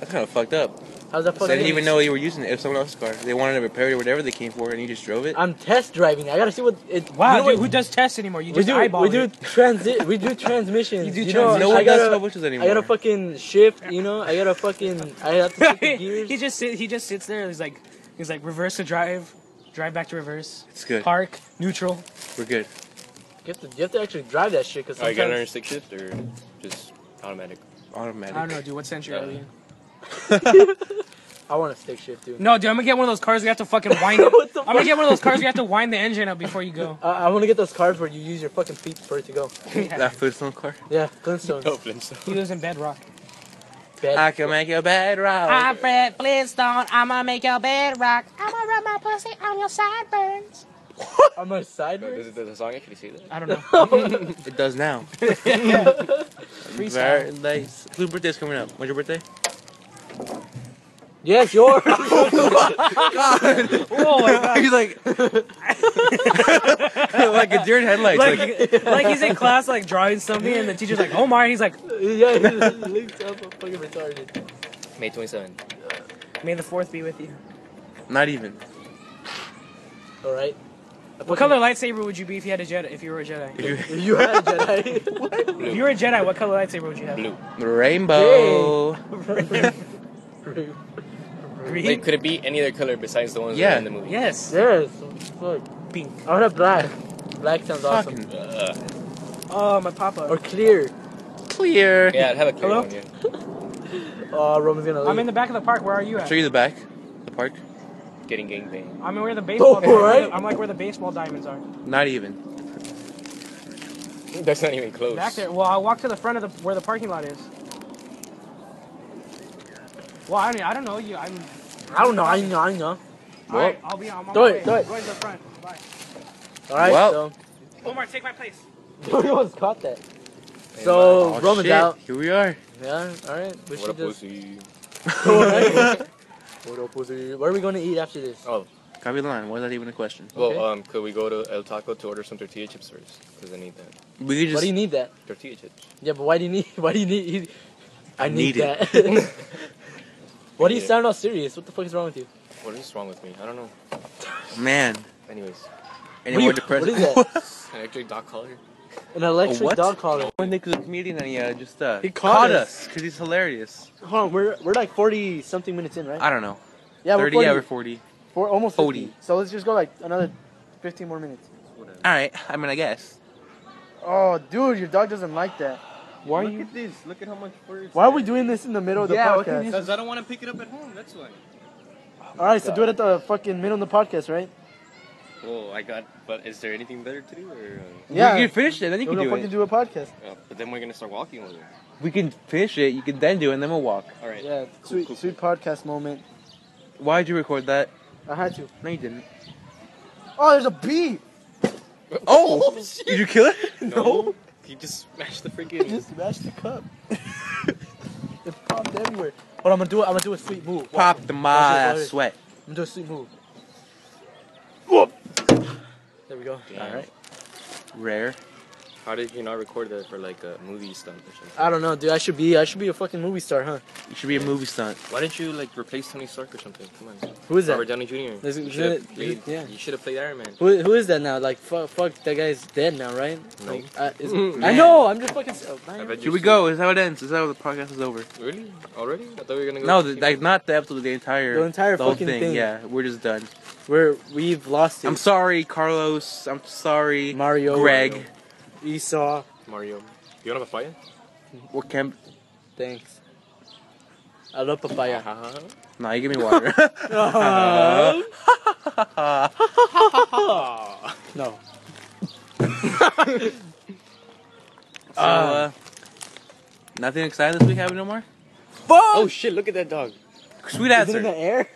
B: That's kind of fucked up.
C: How's that
B: So
C: fucking?
B: they didn't even know you were using it. It was someone else's car. They wanted it repaired or whatever they came for, and you just drove it.
C: I'm test driving. I gotta see what it.
A: Wow,
C: you know
A: dude, who
C: what-
A: does tests anymore? You
C: we
A: just
C: do
A: eyeball
C: we do
A: it.
C: transit we do transmissions.
A: You do
C: know,
A: transitions.
B: no
C: I
B: one does
C: gotta,
B: swap wishes anymore.
C: I gotta fucking shift. You know, I gotta fucking I have to check the gears.
A: he just sit, he just sits there. He's like he's like reverse to drive, drive back to reverse,
B: it's good.
A: park neutral.
B: We're good.
C: You have to, you have to actually drive that shit because
E: Are you
C: sometimes.
E: got under six shift or just automatic?
B: Automatic.
A: I don't know, dude. What century are
E: Yeah.
A: we in?
C: I want to stick shift, dude.
A: No, dude. I'm gonna get one of those cars. where You have to fucking wind. It.
C: What the
A: I'm gonna get one of those cars. where You have to wind the engine up before you go.
C: I, I want to get those cars where you use your fucking feet for it to go.
A: Yeah.
B: That Flintstone car.
C: Yeah, Flintstones.
E: No, Flintstone.
A: He lives in Bedrock.
C: Bad.
B: I can make a bad
C: Oh,
B: rock.
A: Fred Flintstone. I'ma make your bedrock.
F: I'ma rub my pussy on your sideburns.
C: I'm a sideways.
E: Does, does the song actually say that?
A: I don't know.
B: It does now.
A: Freestyle.
B: Very nice. Whose birthday is coming up? When's your birthday?
C: Yes, yours.
A: Oh my god.
B: He's like, like a deer in headlights. Like,
A: Like, like he's in class, like drawing something, and the teacher's like, "Oh my!" And he's like,
C: yeah, Link's up. I'm fucking retarded.
E: May 27th.
A: "May the fourth be with you."
B: not even.
C: All right. I
A: What color lightsaber would you be if you had a Jedi? If you were a Jedi,
C: fucking- You had a Jedi.
A: if you were a Jedi, what color lightsaber would you have?
E: Blue.
B: Rainbow.
E: Wait,
A: Green.
E: could it be any other color besides the ones that
B: Yeah.
E: are in the movie?
A: Yes.
C: yes. Fuck.
A: Pink.
C: I want a black. Black sounds awesome.
B: Fucking
E: Uh,
A: Oh, my papa.
C: Or clear.
B: clear.
E: yeah, I'd have a clear
A: Hello?
E: one. Yeah.
C: Oh, Roman's gonna leave.
A: I'm in the back of the park. Where are you at?
B: Show you the back, the park.
E: Getting gangbanged.
A: I'm where the baseball.
C: Oh,
A: diamonds-
C: right.
A: I'm like where the baseball diamonds are.
B: Not even.
E: That's not even close.
A: Back there. Well, I walk to the front of the where the parking lot is. Well, I mean, I don't know you. I'm.
C: I don't know. I know. I know.
A: All right, I'll be. I'm on
C: Do
A: my
C: it,
A: way.
C: do it.
A: Going to the front. Bye.
C: All right.
B: Well.
A: Omar, take my place.
C: So we almost caught that.
E: Hey,
C: So Oh, Roman's
B: Oh, shit.
C: out.
B: Here we are.
C: Yeah. All right. We
E: What a
C: should just.
E: pussy.
C: What up, pussy? Where are we going to eat after this?
E: Oh,
B: Copy the line. Why is that even a question?
E: well,
C: Okay.
E: um, could we go to El Taco to order some tortilla chips first? Because I need that.
B: We could
C: why
B: just.
C: do you need that?
E: Tortilla chips.
C: Yeah, but why do you need? Why do you need? you- I need,
B: need it.
C: that. why do you
E: Yeah.
C: sound all serious? What the fuck is wrong with you?
E: What is wrong with me? I don't know.
B: Man.
E: Anyways,
B: Any
C: What, do
B: more
C: you-
B: depressed?
C: what is that?
E: electric dog collar.
C: An electric
B: what?
C: dog collar.
B: One Nick was a comedian and he uh, just uh,
C: He caught us.
B: us because he's hilarious.
C: Hold on, we're we're like forty something minutes in, right?
B: I don't know.
C: yeah,
B: 30,
C: we're
B: yeah, we're 40.
C: Four, almost
B: 40.
C: 50. So let's just go like another fifteen more minutes.
B: All right. I mean, I guess.
C: Oh, dude, your dog doesn't like that.
B: Why
G: Look at this. Look at how much fur it's
C: Why are we doing this in the middle of the
G: Yeah, what can
C: podcast?
G: Because I don't want to pick it up at home, that's why.
C: all right, so do it at the fucking middle of the podcast, right?
E: Oh, I got. But is there anything better to do? Or,
C: Yeah.
B: You can finish it, then you
C: We're
B: can
C: gonna
B: do
C: fucking
B: it.
C: do a podcast.
E: uh, uh, but then we're gonna start walking over there.
B: We can finish it. You can then do it, and then we'll walk.
E: All right.
C: Yeah, sweet,
E: cool,
C: sweet podcast moment.
B: Why'd you record that?
C: I had to.
B: No, you didn't.
C: Oh, there's a bee.
B: Oh! Did you kill it?
E: No. He just smashed the
C: I
E: freaking.
C: just smashed the cup. it popped everywhere. But I'm gonna do it. I'm gonna do a sweet move.
B: Pop the
C: Watch it,
B: my
C: watch it.
B: sweat.
C: I'm gonna do a sweet move. There we go.
E: Damn.
B: Alright. Rare.
E: How did you not record that for like a movie stunt or something?
C: I don't know, dude. I should be. I should be a fucking movie star, huh?
B: It should be a movie stunt.
E: Why didn't you like replace Tony Stark or something? Come on.
C: Who is that?
E: Robert Downey Jr.
C: There's-
E: you
C: there's
E: should
C: a-
E: have played,
C: yeah.
E: you should have played Iron Man.
C: Who, who is that now? Like fuck, fuck that guy's dead now, right?
E: No.
C: Like, I, is,
E: Mm,
C: I know. I'm just fucking. Oh,
E: I
C: man.
E: bet you
B: Here we
E: see-
B: go. Is how it ends. Is how the podcast is over.
E: Really? Already? I thought we were gonna go.
B: No, the, like not the episode. The entire.
C: The entire
B: whole
C: fucking
B: thing.
C: thing.
B: Yeah, we're just done.
C: We're we've lost it.
B: I'm sorry, Carlos. I'm sorry,
C: Mario,
B: Greg.
E: Mario.
C: Esau.
E: Mario. You wanna have a fire?
B: What can?
C: Thanks. I love papaya.
E: Haha.
B: Nah, you give me water.
C: No.
B: So, uh, nothing exciting this week happened no more?
E: Oh shit! Look at that dog.
B: Sweet
C: Is it in the
B: answer.
C: air?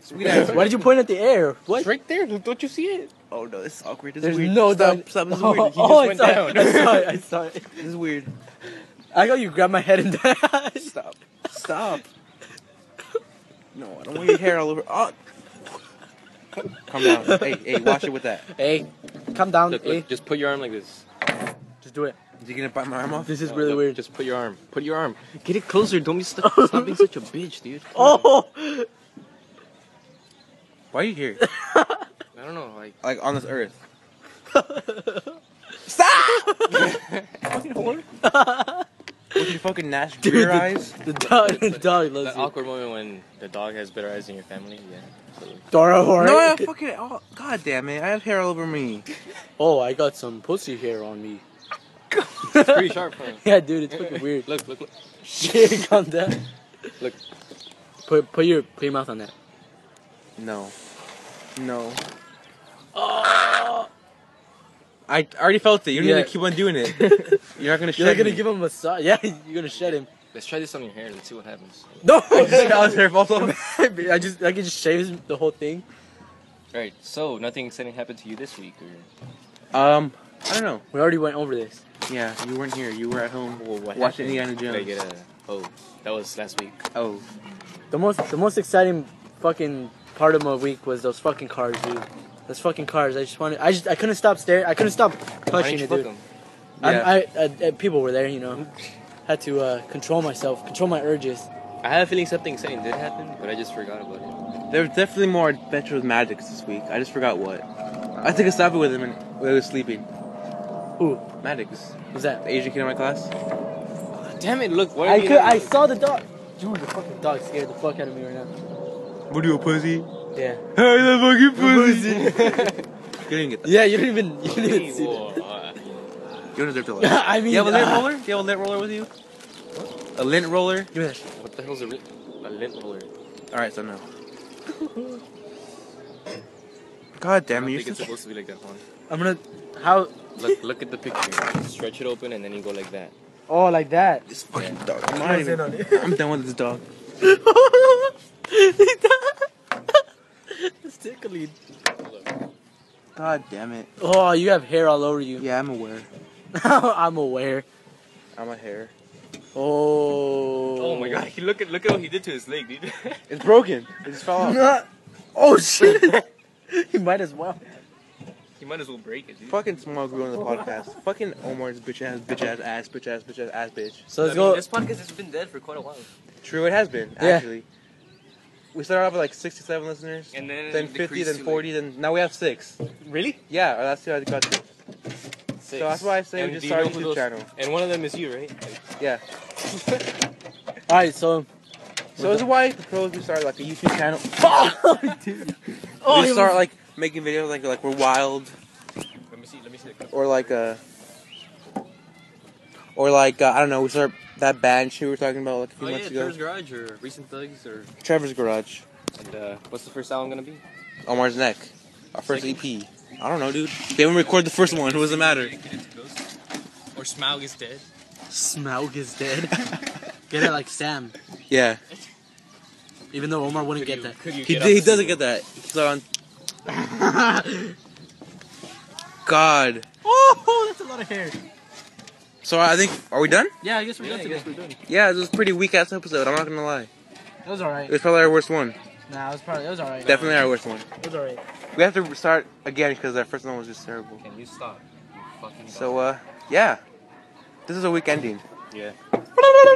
B: Sweet answer.
C: Why did you point at the air? What?
E: It's right there. Don't you see it?
B: Oh no, this is awkward. This
C: There's
B: is weird.
C: no
B: Stop.
C: dog-
B: Stop. This is
C: oh,
B: weird.
C: oh,
E: just
C: I
E: went
C: saw
E: down.
C: It. I saw it. I saw it.
B: This is weird.
C: I got you grab my head and
B: Stop. Stop. No, I don't want your hair all over. Oh. Calm down. Hey, hey, watch it with that.
C: hey, calm down.
E: Look,
C: hey,
E: look. Just put your arm like this.
C: just do it.
B: Is he gonna bite my arm off?
C: This is really weird.
E: Just put your arm. Put your arm. Get it closer. Don't be stuck. Stop being such a bitch, dude.
C: Oh,
B: Why are you here?
E: I don't know. Like,
B: Like on this earth. Stop! fucking whore. With your fucking Nash
C: Dude,
B: beer
C: the-
B: eyes.
C: the dog, the dog
E: that
C: loves you.
E: awkward moment when the dog has bitter eyes in your family. Yeah.
C: Dora
B: No, I
C: Horror.
B: have fucking. Oh, God damn it! I have hair all over me.
C: Oh, I got some pussy hair on me.
E: It's pretty sharp. Huh?
C: Yeah, dude, it's fucking weird.
E: Look, look, look.
C: Shit, calm down.
E: Look.
C: Put put your put your mouth on that.
B: No. No. I already felt it. You don't
C: Yeah.
B: need to keep on doing it. You're not gonna
C: You're
B: shut
C: not gonna
B: me.
C: give him a massage. Yeah, you're gonna shed him.
E: Let's try this on your hair. Let's see what happens.
C: No,
B: I just got his hair falls off.
C: I just I can just shave his, the whole thing.
E: All right. So nothing exciting happened to you this week, or
B: Um, I don't know.
C: We already went over this.
B: Yeah, you weren't here. You were at home
E: well, what
B: watching Indiana
E: happened?
B: Jones.
E: Did I get a? Oh, that was last week.
B: Oh,
C: The most the most exciting fucking part of my week was those fucking cars, dude. Those fucking cars. I just wanted. I just I couldn't stop staring. I couldn't stop
E: Why didn't
C: touching
E: you
C: it,
E: fuck
C: dude.
E: him?
B: Yeah.
C: I, I, I people were there, you know. Had to uh, control myself, control my urges.
E: I have a feeling something exciting did happen, but I just forgot about it.
B: there was definitely more adventure with Maddox this week. I just forgot what. I took a selfie with him and while he was sleeping.
C: Who?
B: Maddox,
C: Who's that?
B: the Asian kid in my class.
E: Damn it! Look, what are
C: I
E: you
C: could. I
E: doing?
C: saw the dog. Dude, the fucking dog scared the fuck out of me right now.
B: What are you, a pussy?
C: Yeah.
B: Hey, the fucking pussy. you didn't get that.
C: Yeah, you didn't even. You didn't
E: Hey,
C: even see that.
E: whoa, uh,
B: You don't deserve to laugh.
C: I mean.
B: You have a lint
C: uh,
B: roller? Do you have a lint roller with you? A lint roller?
C: Give me that. shit.
E: What the hell's a, ri- a lint roller?
B: Alright, so no. God
E: I
B: damn
E: don't
B: it, you're
E: think it's
B: such
E: supposed to be like that. One.
C: I'm gonna. How?
E: Look, look at the picture. Stretch it open and then you go like that.
C: Oh, like that.
B: this fucking dog. I'm, not even, I'm done with this dog.
C: it's tickling.
B: God damn it.
C: Oh, you have hair all over you.
B: Yeah, I'm aware.
C: I'm aware.
B: I'm a hair.
C: Oh.
E: Oh my god! Look at look at what he did to his leg, dude.
B: It's broken. It just fell off.
C: god. oh shit. you might as well.
E: he might as well break it, dude.
B: Fucking small girl on the podcast. Fucking Omar's bitch ass, bitch ass, ass, bitch ass, bitch ass, ass, bitch.
C: So let's
E: I mean,
C: go.
E: This podcast has been dead for quite a while.
B: True, it has been,
C: Yeah.
B: actually. We started off with like 67 listeners,
E: And then it
B: then 50,
E: decreased
B: then
E: to, like-
B: 40, then now we have six.
E: Really?
B: Yeah, our last two I got to.
E: So
B: that's why I say we just start a YouTube channel.
E: And one of them is you, right?
B: Yeah.
C: All right. So.
B: So this is why the pros we started like a YouTube channel.
C: Oh,
B: we
C: you-
B: start like making videos like like we're wild
E: Let me see. Let me see.
B: or like uh or like uh, I don't know. We start that band shit we were talking about like a few
E: Oh yeah,
B: months ago.
E: Trevor's Garage or Recent Thugs or
B: Trevor's Garage,
E: and uh, what's the first album gonna be?
B: Omar's Neck, our first EP. I don't know, dude. They didn't record the first one. What does it matter?
E: Or Smaug is dead.
C: Smaug is dead. get it like Sam.
B: Yeah,
C: Even though Omar wouldn't get that.
E: Could you
B: he
E: get
B: did, he
E: up to-
B: doesn't get that. He's not on. God.
C: Oh, that's a lot of hair.
B: So I think are we done?
C: Yeah, I guess we're
E: Yeah, I
C: done
E: guess
C: today.
E: we're done.
B: Yeah, this was a pretty weak ass episode. I'm not gonna lie.
C: That was
B: It
C: alright.
B: was probably our worst one.
C: Nah, it was probably that was alright.
B: Definitely our worst one.
C: It was alright.
B: We have to start again because that first one was just terrible.
E: Can you stop? You fucking
B: So, uh, yeah. This is a week ending.
E: Yeah.
B: Molly,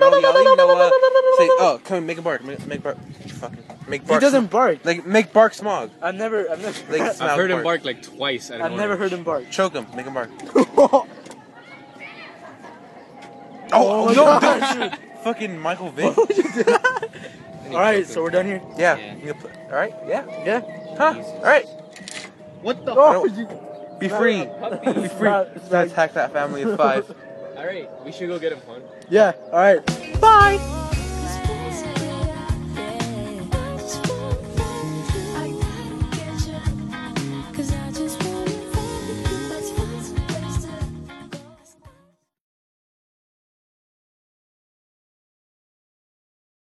B: Ollie, Noah, say, oh, come on, make a bark. Make, make bark. Fucking. Make
C: He
B: bark.
C: doesn't bark.
B: Like, make bark smog.
C: I've never, I've never,
B: Like,
E: I've
B: smog
E: heard him bark like twice. I
C: I've never heard him bark.
B: Choke him. Make him bark.
C: oh,
B: Oh,
C: my
B: no,
C: God.
B: don't. Fucking Michael Vick.
C: All right, so we're done here.
B: yeah.
E: Yeah.
B: You put- All right. Yeah.
C: Yeah.
B: Huh. All right.
G: What the?
B: Oh,
C: you
B: Be free. Be free. Let's hack that family of five.
E: All right, we should go get him one.
C: Yeah. All right. Bye.